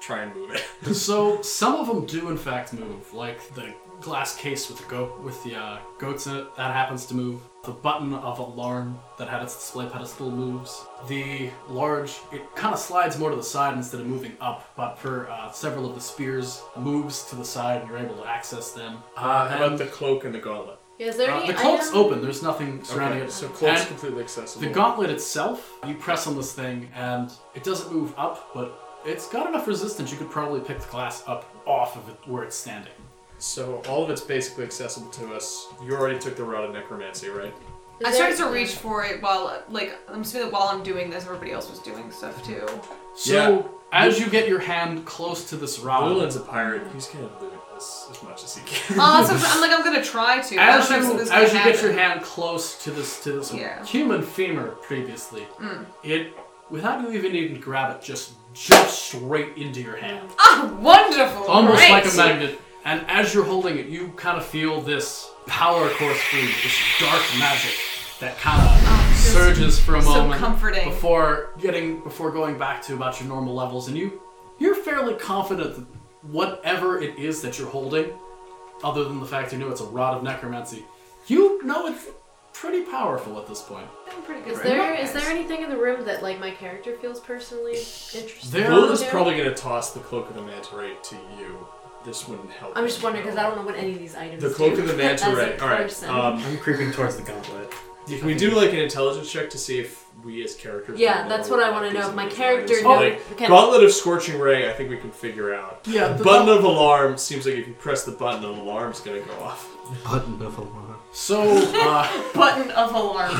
G: try and move it.
E: so some of them do in fact move, like the glass case with the goat with the uh, goats in it. That happens to move. The button of alarm that had its display pedestal moves. The large it kind of slides more to the side instead of moving up, but for uh, several of the spears moves to the side and you're able to access them. Uh,
G: How about
E: and,
G: the cloak and the gauntlet?
B: Yeah, is there
E: uh,
B: any
E: the cloak's
B: item-
E: open. There's nothing surrounding
G: Okay,
E: it.
G: so cloak's
E: And-
G: completely accessible.
E: the gauntlet itself, you press on this thing and it doesn't move up, but it's got enough resistance you could probably pick the glass up off of it where it's standing.
G: So all of it's basically accessible to us. You already took the route of necromancy,
B: is
G: right?
F: I
B: there-
F: started to reach for it while, like, I'm assuming that while I'm doing this, everybody else was doing stuff too.
E: So as you get your hand close to this rod,
G: Llewellyn's a pirate. He's going to loot us as much as he can.
F: Oh, so I'm like, I'm gonna try to. I
E: as
F: don't know if
E: you,
F: this is
E: as you
F: gonna
E: get your
F: happen.
E: hand close to this to this
F: Yeah.
E: human femur previously, it without you even needing to grab it, just jumps straight into your hand.
F: Ah, wonderful!
E: almost
F: Great.
E: like a magnet. And as you're holding it, you kind of feel this power course through you, this dark magic that kind of
F: this
E: surges for a
F: Oh, so
E: moment
F: comforting.
E: before getting before going back to about your normal levels. And you you're fairly confident that whatever it is that you're holding, other than the fact you know it's a rod of necromancy, you know it's pretty powerful at this point.
F: I'm pretty good
H: Is
F: right
H: there
F: now,
H: is
F: guys.
H: there anything in the room that like my character feels personally interested?
E: There-
G: Llewellyn's
H: in?
G: probably going to toss the cloak of the manta ray to you. This wouldn't help.
H: I'm just wondering because I
G: know.
H: don't know what any of these items.
G: The cloak
H: do
G: of the
H: as
G: manta
H: a
G: ray. All right.
H: person.
G: Um,
I: I'm creeping towards the gauntlet.
G: Can we do like an intelligence check to see if we as characters?
H: Yeah,
G: know
H: that's what I wanna
G: these
H: know. If my
G: individual
H: character
G: items
H: knows-
G: are. Like,
H: okay.
G: Gauntlet of Scorching Ray, I think we can figure out.
E: Yeah, the-
G: button of alarm seems like if you press the button, an alarm's gonna go off.
I: Button of alarm.
E: So uh,
F: button of alarm?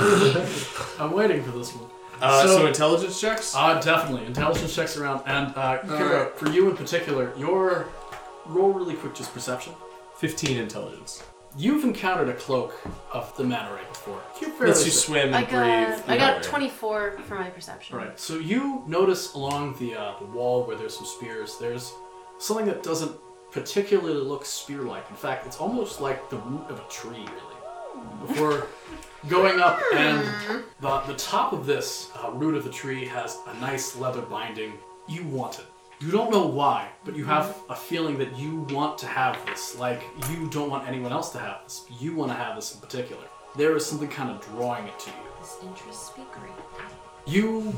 E: I'm waiting for this one.
G: Uh, so,
E: So-
G: intelligence checks.
E: Uh, definitely. Intelligence checks around. And uh, Kira,
F: right.
E: for you in particular, your roll really quick, just perception.
G: Fifteen intelligence.
E: You've encountered a cloak of the manta ray before. You're fairly
G: Lets you
E: certain.
G: swim and
H: I
G: breathe.
H: got I
G: Yeah.
H: got 24 for my perception.
E: All right. So you notice along the uh, the wall where there's some spears, there's something that doesn't particularly look spear-like. In fact, it's almost like the root of a tree, really. Before going up, and the the top of this uh, root of the tree has a nice leather binding. You want it. You don't know why, but you have a feeling that you want to have this. Like you don't want anyone else to have this. You want to have this in particular. There is something kind of drawing it to you.
H: This interest speakery.
E: You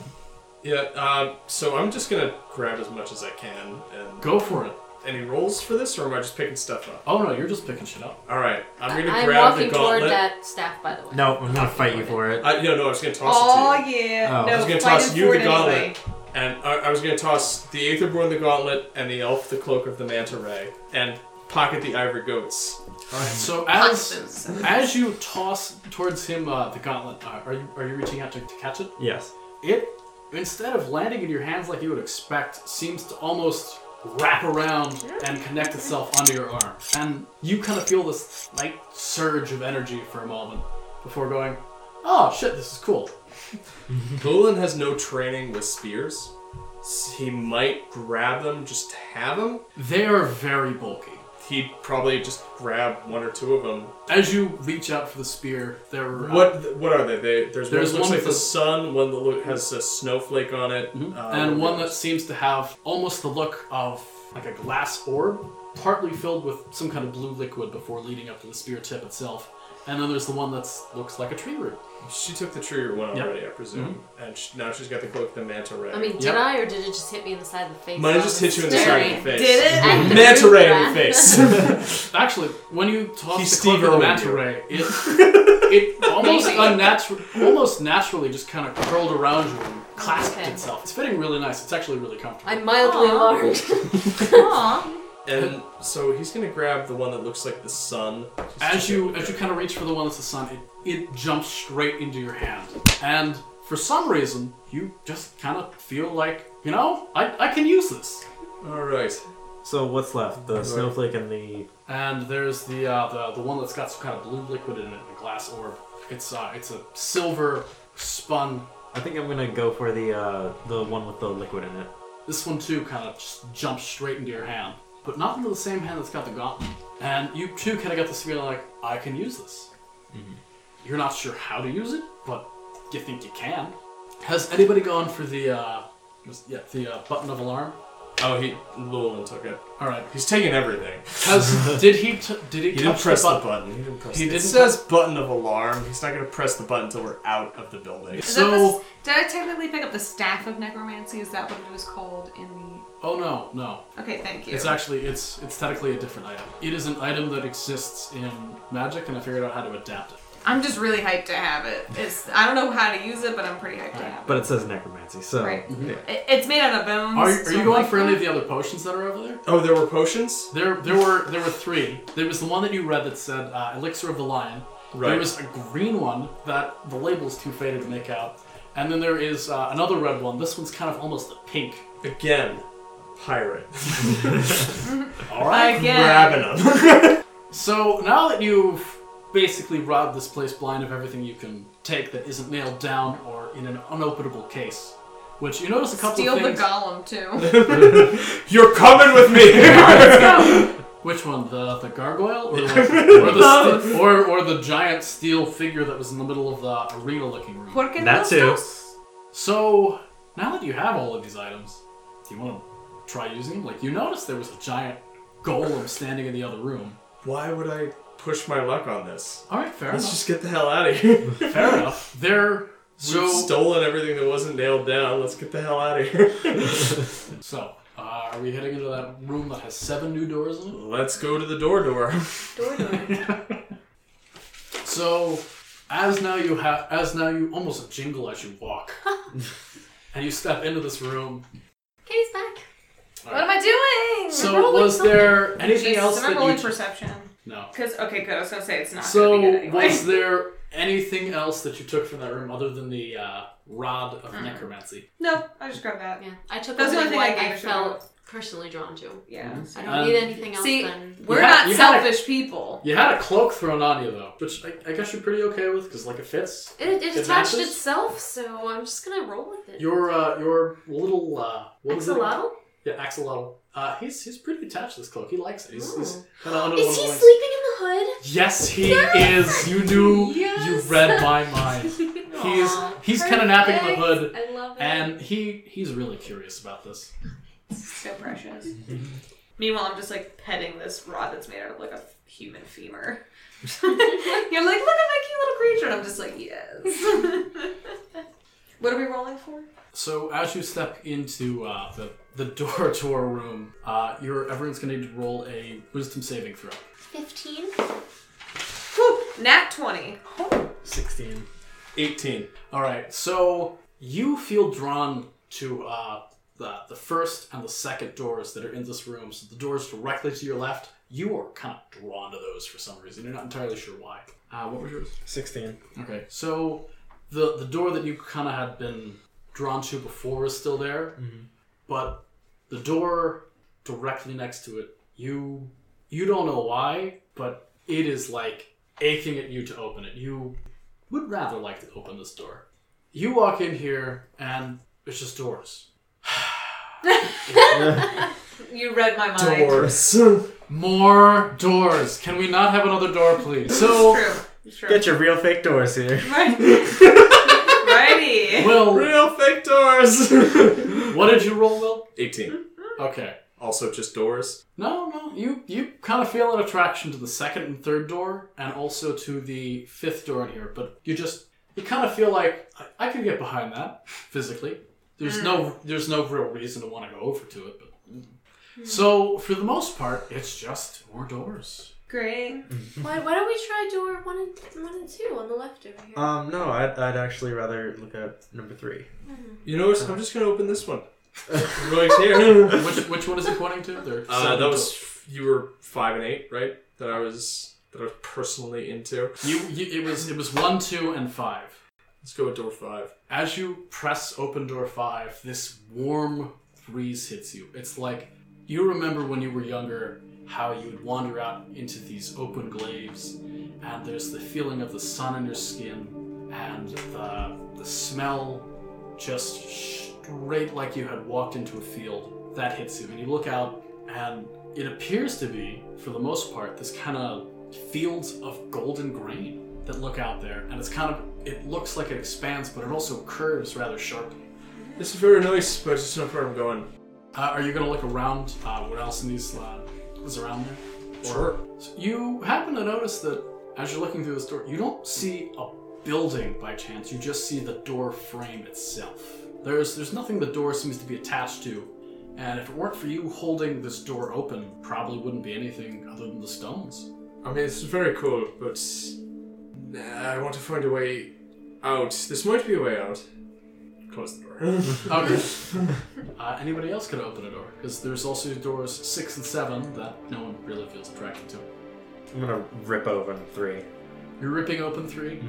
G: Yeah. Um, so I'm just gonna grab as much as I can. And
E: go for it.
G: any rolls for this, or am I just picking stuff up?
E: Oh no, you're just picking shit up.
G: All right. I'm gonna
H: I'm
G: grab
H: walking
G: the
H: toward
G: gauntlet.
H: that staff, by the way.
I: No, I'm gonna fight you for it.
G: I, no, no, I was gonna toss it
F: Oh
G: to you.
F: yeah.
I: Oh.
F: no,
I: I
G: I was gonna
F: fighting
G: toss you
F: for
G: the
F: it
G: gauntlet,
F: anyway.
G: and I, I was gonna toss the Aetherborn the gauntlet, and the elf the cloak of the manta ray, and pocket the ivory goats.
E: So as
F: Punches.
E: as you toss towards him uh, the gauntlet, uh, are you are you reaching out to, to catch it?
I: Yes.
E: It instead of landing in your hands like you would expect, seems to almost wrap around and connect itself onto your arm, and you kind of feel this light surge of energy for a moment before going, "Oh shit, this is cool."
G: Golan has no training with spears. S- He might grab them just to have them.
E: They are very bulky.
G: He'd probably just grab one or two of them.
E: As you reach out for the spear, there were, uh,
G: What what are they? they there's,
E: There's
G: one that
E: one
G: looks like the
E: with a-
G: sun, one that look, has a snowflake on it,
E: Mm-hmm.
G: uh,
E: and one that seems to have almost the look of like a glass orb, partly filled with some kind of blue liquid before leading up to the spear tip itself. And then there's the one that looks like a tree root.
G: She took the trigger one
E: Yep.
G: already, I presume, and sh now she's got the cloak, of the manta ray.
H: I mean, did
E: Yep.
H: I or did it just hit me in the side of the face?
G: Mine just hit you in the side of the face.
F: Did it?
H: At the
G: Manta
H: root
G: ray in your
H: rack.
G: face.
E: Actually, when you toss
G: He's
E: the cloak of the
G: Steve-O-ing
E: manta
G: you.
E: ray, it, it almost
F: Maybe.
E: unnatural, almost naturally just kind of curled around you and clasped
H: Okay.
E: itself. It's fitting really nice. It's actually really comfortable.
H: I'm mildly
F: Aw.
H: alarmed.
F: Aw.
G: And so he's gonna grab the one that looks like the sun.
E: as you as you kind of reach for the one that's the sun, it, it jumps straight into your hand. And for some reason, you just kind of feel like, you know, I, I can use this.
G: All right.
I: So what's left? The snowflake and the
E: And there's the, uh, the the one that's got some kind of blue liquid in it, a glass orb. It's uh, it's a silver spun.
I: I think I'm gonna go for the uh, the one with the liquid in it.
E: This one too kind of just jumps straight into your hand, but not into the same hand that's got the gauntlet. And you too kind of got this feeling like I can use this.
G: Mm-hmm.
E: You're not sure how to use it, but you think you can. Has anybody gone for the uh, was- yeah the uh, button of alarm?
G: Oh, he Llewellyn took it.
E: All right.
G: He's taking everything.
E: Has did he t- did he,
G: He didn't
E: touch
G: press
E: the
G: the
E: button?
G: button. He didn't press.
E: He
G: He
E: didn't-
G: It says button of alarm. He's not gonna press the button until we're out of the building.
F: Is that the
E: So-
F: s- did I technically pick up the staff of necromancy? Is that what it was called in the?
E: Oh no no.
F: Okay, thank you.
E: It's actually it's it's technically a different item. It is an item that exists in Magic, and I figured out how to adapt it.
F: I'm just really hyped to have it. It's I don't know how to use it, but I'm pretty hyped to have it.
I: But it says necromancy, so
F: Right. It- It's made out of bones.
E: Are, you-
F: so
E: are you
F: I'm
E: going
F: like,
E: for any of the other potions that are over there?
G: Oh, there were potions.
E: There there were there were three. There was the one that you read that said uh, elixir of the lion. There
G: Right.
E: was a green one that the label's too faded to make out, and then there is uh, another red one. This one's kind of almost a pink.
G: Again, pirate.
E: All right.
F: Again,
G: Grabbing them.
E: So now that you've basically robbed this place blind of everything you can take that isn't nailed down or in an unopenable case, which you notice a couple
F: steal
E: of
F: the
E: things.
F: golem too.
G: You're coming with me.
E: Which one? The the gargoyle or, like, or the sti- or or the giant steel figure that was in the middle of the arena looking room?
F: Por qué no
I: That too.
F: estás?
E: So now that you have all of these items, do you want to try using them? Like you notice there was a giant golem standing in the other room.
G: Why would I push my luck on this?
E: All right, fair
G: Let's
E: enough.
G: just get the hell out of here.
E: Fair enough. They're
G: So,
E: so
G: We've stolen everything that wasn't nailed down. Let's get the hell out of here.
E: so. Uh, are we heading into that room that has seven new doors in it?
G: Let's go to the door door.
E: So, as now you have, as now you almost jingle as you walk, and you step into this room.
H: Katie's back.
F: What am I doing?
E: So, was there anything
F: Jesus,
E: else
F: am I
E: that
F: rolling
E: you?
F: perception?
E: no.
F: Because okay, good. I was gonna say it's not.
E: So,
F: gonna be good anyway.
E: was there anything else that you took from that room other than the uh, rod of
H: Mm.
E: necromancy?
F: no, I just grabbed that.
H: Yeah, I took
F: That's the
H: only
F: only thing
H: what
F: I gave
H: I,
F: her.
H: felt personally drawn to.
F: Yeah.
H: I don't
E: Um,
H: need anything else.
F: See,
H: then.
F: we're
E: You had-
F: not
E: you had a-
F: selfish people.
E: You had a cloak thrown on you though, which I, I guess you're pretty okay with because like it fits.
H: It, it,
E: It
H: attached
E: matches?
H: itself, so I'm just gonna roll with it.
E: Your uh, your little uh, what was it?
H: Axolotl?
E: Yeah, axolotl. Uh, he's he's pretty attached to this cloak. He likes it. He's, he's
H: Ooh.
E: kind of under one
H: Is
E: of
H: he
E: the
H: sleeping in
E: wings.
H: the hood?
E: Yes, he is. You knew. You
H: Yes.
E: read my mind. He's
H: Aw,
E: he's kind of napping in the hood,
H: perfect. I love it.
E: and he he's really curious about this.
F: So precious. Meanwhile, I'm just like petting this rod that's made out of like a human femur. You're like, look at my cute little creature, and I'm just like, yes. what are we rolling for?
E: So as you step into uh, the the door to our room, uh, you're everyone's gonna need to roll a wisdom saving throw.
H: 15.
F: Whew, nat twenty.
I: 16.
G: 18.
E: All right, so you feel drawn to uh, the the first and the second doors that are in this room. So the doors directly to your left, you are kind of drawn to those for some reason. You're not entirely sure why. Uh, what was yours?
I: 16.
E: Okay, so the the door that you kind of had been drawn to before is still there, but the door directly next to it, you you don't know why, but it is like aching at you to open it. You would rather like to open this door. You walk in here, and it's just doors.
F: You read my mind.
G: Doors.
E: More doors. Can we not have another door, please? So,
F: True. It's true.
I: Get your real fake doors here.
F: Righty.
E: Will,
G: Real fake doors.
E: what did you roll, Will?
G: 18.
E: Okay.
G: Also, just doors.
E: No, no. You you kind of feel an attraction to the second and third door, and also to the fifth door in here. But you just you kind of feel like I, I can get behind that physically. There's no there's no real reason to want to go over to it. But so for the most part, it's just more doors.
F: Great.
H: Why, why don't we try door one and, one and two on the left over here?
I: Um, no, I'd, I'd actually rather look at number three.
G: You know what? I'm just gonna open this one. right here.
E: Which which one is it pointing to? There. are
G: Uh,
E: seven
G: that was
E: doors.
G: you were five and eight, right? That I was that I was personally into.
E: you, you. It was it was one, two, and five.
G: Let's go with door five.
E: As you press open door five, this warm breeze hits you. It's like You remember when you were younger how you would wander out into these open glades, and there's the feeling of the sun on your skin, and the, the smell just straight like you had walked into a field. That hits you, and you look out, and it appears to be, for the most part, this kind of fields of golden grain that look out there, and it's kind of it looks like it expands, but it also curves rather sharply.
G: This is very nice, but it's not where I'm going.
E: Uh, are you gonna look around? Uh, what else in these uh, is around there? Or- So you happen to notice that as you're looking through this door, you don't see a building by chance. You just see the door frame itself. There's there's nothing the door seems to be attached to, and if it weren't for you holding this door open, probably wouldn't be anything other than the stones.
G: I mean, it's very cool, but nah, I want to find a way out. This might be a way out. Close the
I: Mm-hmm.
G: door.
E: Okay. uh, anybody else could open a door because there's also doors six and seven that no one really feels attracted to.
I: I'm gonna rip open three.
E: You're ripping open three.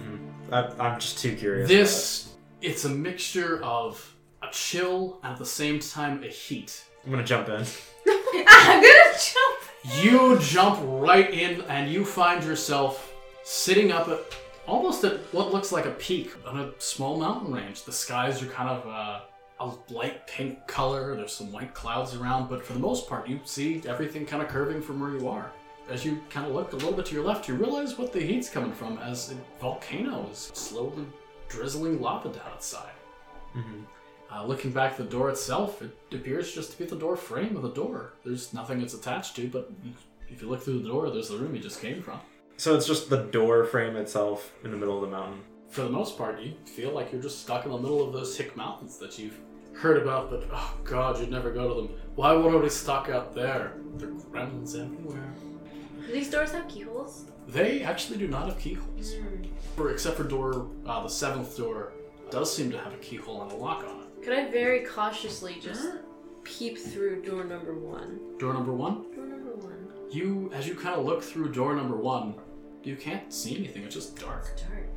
I: I, I'm just too curious.
E: This it's a mixture of a chill and at the same time a heat.
I: about it. I'm gonna jump in.
F: I'm gonna jump.
E: You jump right in and you find yourself sitting up at almost at what looks like a peak on a small mountain range. The skies are kind of uh, a light pink color. There's some white clouds around, but for the most part, you see everything kind of curving from where you are. As you kind of look a little bit to your left, you realize what the heat's coming from as a volcano is slowly drizzling lava down outside. Uh, looking back at the door itself, it appears just to be the door frame of the door. There's nothing it's attached to, but if you look through the door, there's the room you just came from.
I: So it's just the door frame itself in the middle of the mountain.
E: For the most part, you feel like you're just stuck in the middle of those hick mountains that you've heard about, but oh god, you'd never go to them. Why would I be stuck out there? There are gremlins everywhere.
H: Do these doors have keyholes?
E: They actually do not have keyholes. For, except for door, uh, the seventh door does seem to have a keyhole and a lock on it.
H: Could I very cautiously just peep through door number one?
E: Door number one,
H: Door number one.
E: you, as you kind of look through door number one, you can't see anything, it's just dark.
H: Dark.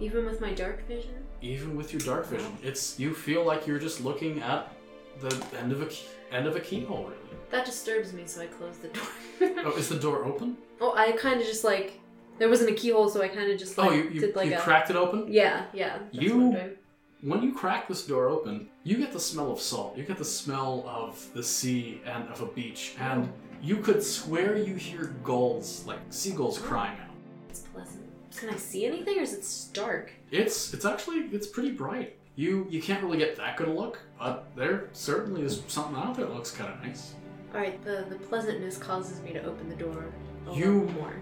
H: Even with my dark vision?
E: even with your dark vision, it's you feel like you're just looking at the end of a key, end of a keyhole. Really.
H: That disturbs me, so I close the door.
E: Oh, is the door open?
H: oh, I kind of just like. There wasn't a keyhole, so I kind of just like,
E: Oh, you you,
H: did like
E: you
H: a.
E: cracked it open.
H: Yeah, yeah. That's
E: You-
H: what I'm doing.
E: When you crack this door open, you get the smell of salt. You get the smell of the sea and of a beach, and you could swear you hear gulls, like seagulls, crying out.
H: It's pleasant. Can I see anything, or is it just dark?
E: It's it's actually it's pretty bright. You you can't really get that good a look, but there certainly is something out there that looks kind of nice.
H: All right, the the pleasantness causes me to open the door. a
E: You-
H: little more.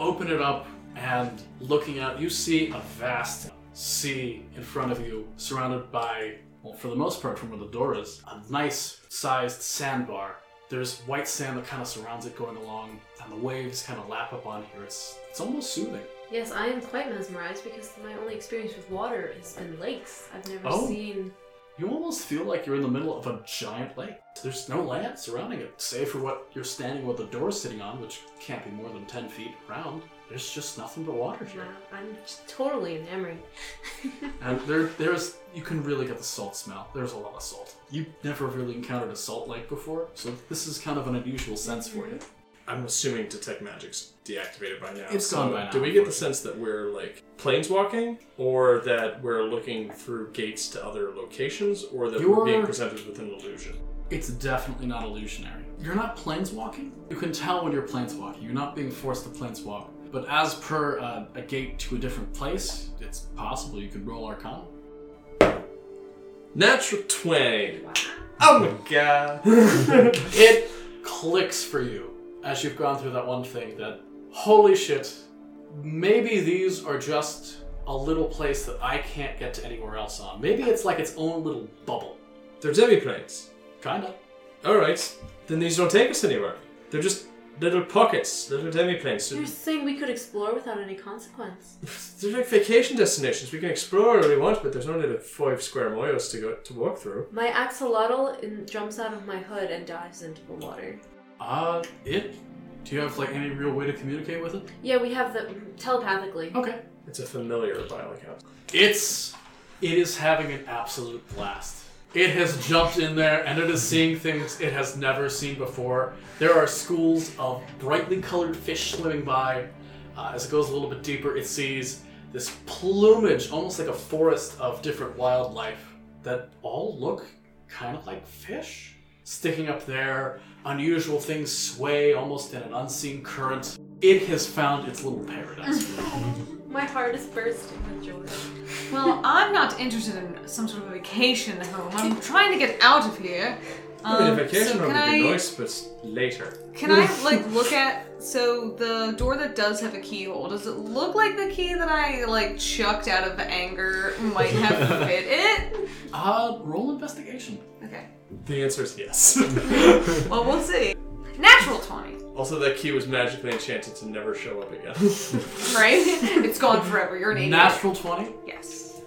E: open it up and looking out you see a vast sea in front of you surrounded by well for the most part from where the door is a nice sized sandbar there's white sand that kind of surrounds it going along and the waves kind of lap up on here it's it's almost soothing
H: yes, I am quite mesmerized because my only experience with water has been lakes. I've never
E: Oh.
H: seen.
E: you almost feel like you're in the middle of a giant lake there's no land surrounding it save for what you're standing with the door sitting on which can't be more than 10 feet around there's just nothing but water here
H: Wow, I'm just totally enamored.
E: And there, there's you can really get the salt smell. There's a lot of salt. You've never really encountered a salt lake before, so this is kind of an unusual sense for you.
G: I'm assuming detect magic's deactivated by now.
E: It's gone by now,
G: Do we get the
E: unfortunately.
G: sense that we're like planeswalking, or that we're looking through gates to other locations, or that we're being
E: You're-
G: presented with an illusion?
E: It's definitely not illusionary. You're not planeswalking. You can tell when you're planeswalking. You're not being forced to planeswalk. But as per uh, a gate to a different place, it's possible you could roll Arcana.
G: Natural twenty.
H: Wow.
G: Oh my god.
E: It clicks for you as you've gone through that one thing that, holy shit, maybe these are just a little place that I can't get to anywhere else on. Maybe it's like its own little bubble.
G: They're demiplanes.
E: Kinda.
G: All right, then these don't take us anywhere. They're just little pockets, little demiplanes.
H: You're saying we could explore without any consequence.
G: They're like vacation destinations. We can explore all we want, but there's only like five square miles to go to walk through.
H: My axolotl in, jumps out of my hood and dives into the water.
E: Uh, it? Do you have like any real way to communicate with it?
H: Yeah, we have the telepathically.
E: Okay.
G: It's a familiar by all accounts.
E: It's. It is having an absolute blast. It has jumped in there and it is seeing things it has never seen before. There are schools of brightly colored fish swimming by. Uh, as it goes a little bit deeper, it sees this plumage, almost like a forest of different wildlife that all look kind of like fish. Sticking up there, unusual things sway almost in an unseen current. It has found its little paradise.
B: My heart is bursting with joy.
F: Well, I'm not interested in some sort of vacation home. I'm trying to get out of here.
G: I mean, a
F: Um,
G: vacation
F: so
G: would
F: can
G: be
F: I,
G: nice, but s- later.
F: Can I like look at so the door that does have a keyhole? Does it look like the key that I like chucked out of anger might have fit it?
E: Uh, roll investigation.
F: Okay.
G: The answer is yes.
F: Well, we'll see. Natural twenty,
G: also, that key was magically enchanted to never show up again.
F: right? it's gone forever. You're an idiot.
E: Natural 20.
F: Yes.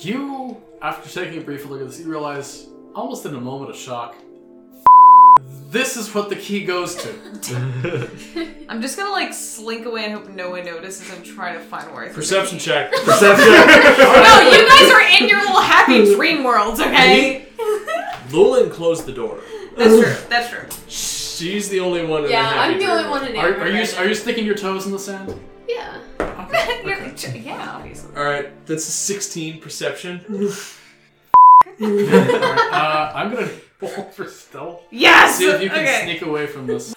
E: You, after taking a brief look at this, you realize, almost in a moment of shock, this is what the key goes to.
F: I'm just gonna like slink away and hope no one notices and try to find where I. threw the
G: Perception
F: key.
G: check.
F: No, you guys are in your little happy dream worlds, okay?
G: Lulin closed the door.
F: That's true. That's true.
G: She's the only one. in
B: Yeah,
G: happy
B: I'm the
G: dream
B: only
G: world.
B: one in
E: Are,
B: Amber
E: are you
B: right now.
E: are you sticking your toes in the sand?
B: Yeah.
F: You're- yeah, obviously.
G: All right, that's a 16 perception.
E: Uh, I'm gonna roll for stealth.
F: Yes.
E: See if you can
F: okay.
E: sneak away from this.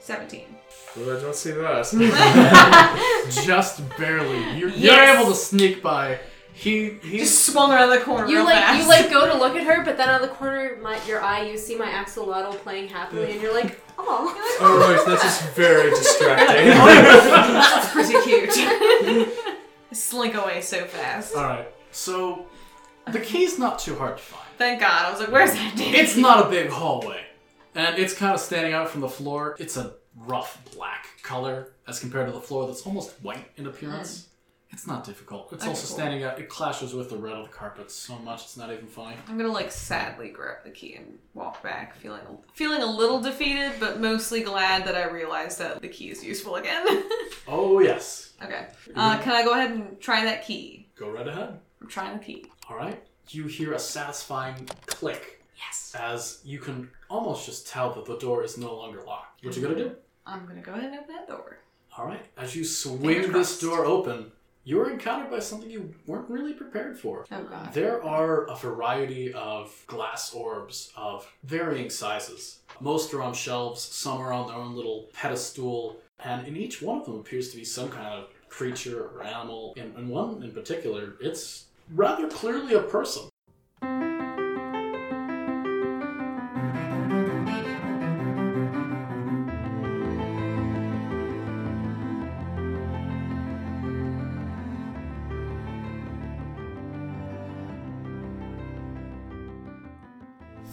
F: Seventeen.
G: well, I don't see that.
E: Just barely. You're,
F: Yes.
E: you're able to sneak by. He he's
F: Just swung around the corner.
H: You
F: real
H: like
F: fast.
H: you like go to look at her, but then on the corner of my, your eye you see my axolotl playing happily, and you're like, oh.
G: All right, that's just very distracting.
F: That's pretty cute. Slink away so fast.
E: all right. So the key's not too hard to find.
F: Thank God. I was like, where's that dude?
E: It's not a big hallway, and it's kind of standing out from the floor. It's a rough black color as compared to the floor that's almost white in appearance. It's not difficult. It's also
F: cool.
E: standing out. It clashes with the red of the carpet so much it's not even funny.
F: I'm gonna like sadly grab the key and walk back, feeling feeling a little defeated, but mostly glad that I realized that the key is useful again.
E: Oh yes,
F: okay.
E: Mm-hmm.
F: Uh, can I go ahead and try that key?
E: go right ahead.
F: I'm trying the key.
E: All right. You hear a satisfying click
F: Yes.
E: as you can almost just tell that the door is no longer locked. What you gonna do?
F: I'm gonna go ahead and open that door.
E: All right. As you
F: Fingers
E: swing this
F: crossed.
E: door open, you're encountered by something you weren't really prepared for.
F: Oh God.
E: There are a variety of glass orbs of varying sizes. Most are on shelves, some are on their own little pedestal, and in each one of them appears to be some kind of creature or animal. And, and one in particular, it's rather clearly a person.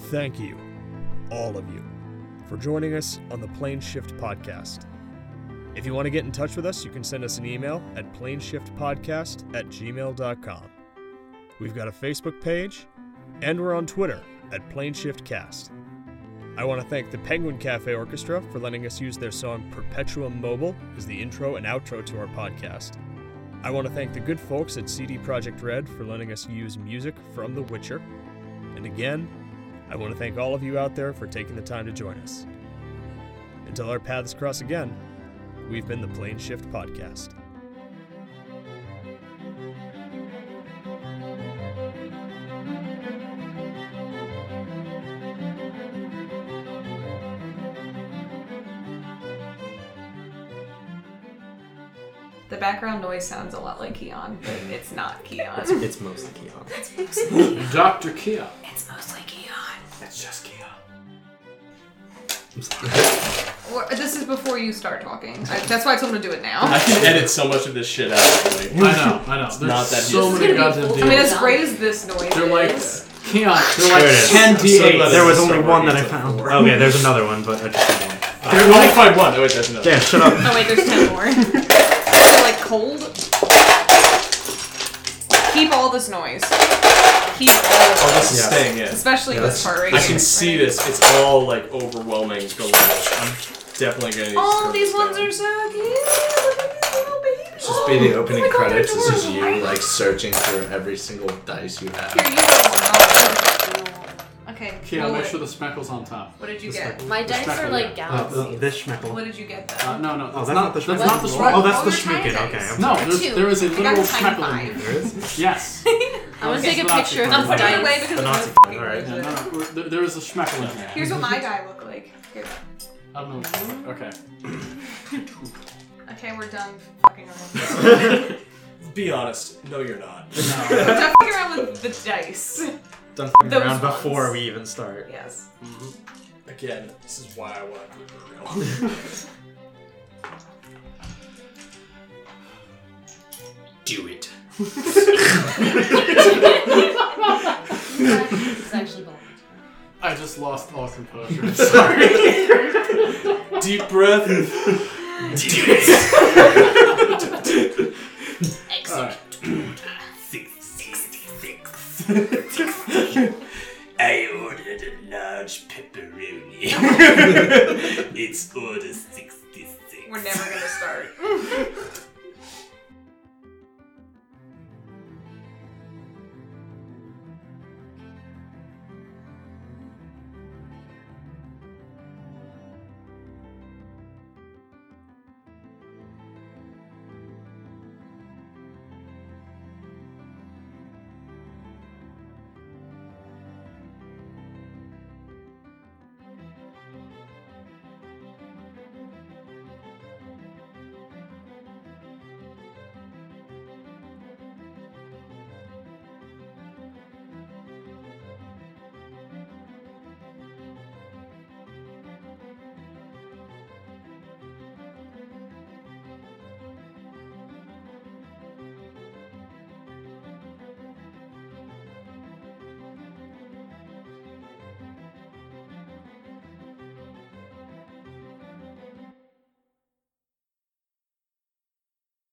A: Thank you, all of you, for joining us on the Plane Shift Podcast. If you want to get in touch with us, you can send us an email at planeshiftpodcast at gmail.com. We've got a Facebook page, and we're on Twitter at PlaneshiftCast. I want to thank the Penguin Cafe Orchestra for letting us use their song Perpetuum Mobile as the intro and outro to our podcast. I want to thank the good folks at CD Projekt Red for letting us use music from The Witcher. And again, I want to thank all of you out there for taking the time to join us. Until our paths cross again, we've been the Plane Shift Podcast.
F: The background noise sounds a lot like Keon, but it's not Keon.
I: It's mostly Keon.
E: Dr. Kia.
F: it's mostly Keon.
E: That's just Kia.
F: Or, this is before you start talking. I, that's why I told him to do it now.
G: I can edit so much of this shit out. Like,
E: I know, I know. There's
G: not that
E: so
G: easy.
E: many
H: It's gonna be
E: goddamn
H: full-
F: I mean, as
E: deals.
F: great as this noise
E: They're like,
F: is,
E: Keon,
I: There
E: they're
I: it
E: like
I: is.
E: 10
G: I'm so glad
E: D8s.
I: There was only
G: Somewhere
I: one that I
G: into the
I: found.
G: floor.
I: Okay, there's another one, but I just did one.
G: I only find one. Oh wait, that's another.
I: Damn, shut up.
F: Oh wait, there's ten more. They're like cold. Keep all this noise. Keep all of
G: Oh,
F: it.
G: this is
I: Yeah.
G: staying in.
F: Especially this part right
G: I
F: here.
G: can see
F: right?
G: this. It's all like overwhelming. Galore. I'm definitely gonna. need to
F: All
G: turn
F: these
G: this
F: ones
G: down.
F: are so cute. Look at these little babies.
J: just be the opening
F: Oh my God,
J: credits.
F: they're
J: This is
F: adorable.
J: you like searching through every single dice you
F: Here,
J: have.
F: you go. Mom. Okay.
E: Okay, I'll
F: roll
E: make
F: it.
E: sure the speckle's on top.
F: What did you get?
H: My dice are like galaxies.
I: This schmeckle.
F: What did you get
E: Uh,
F: though?
E: no, no, that's,
I: Oh, that's
E: not,
I: not the
E: that's not the
F: What?
I: Oh,
E: shmeckle.
I: that's the
F: Those are tiny
I: schmeckle. Okay.
F: dice.
I: I'm
E: No,
I: sorry.
E: there's,
F: Two.
E: there is a
F: I got
E: literal
F: a tiny
E: schmeckle in
F: five.
E: here. Yes.
H: I want to take a
E: Nazi
H: picture of
E: flag.
H: these
E: I'm putting
F: it away
H: dice.
F: because it's
I: The Nazi
F: really
I: flag, alright.
E: Yeah, no, no, there- there is a schmeckle in here.
F: Here's Mm-hmm. what my die look like. Here.
E: I don't know. Okay.
F: Okay, we're done fucking around.
G: Be honest. No, you're not.
F: we're done fucking around with the dice.
I: Done
F: Those
I: around
F: ones.
I: before we even start.
F: Yes.
G: Again, this is why I want to keep it real.
J: Do it.
H: It's actually belong.
E: I just lost all composure.
G: Deep breath.
E: Alright.
J: I ordered a large pepperoni. it's order 66.
F: We're never gonna start.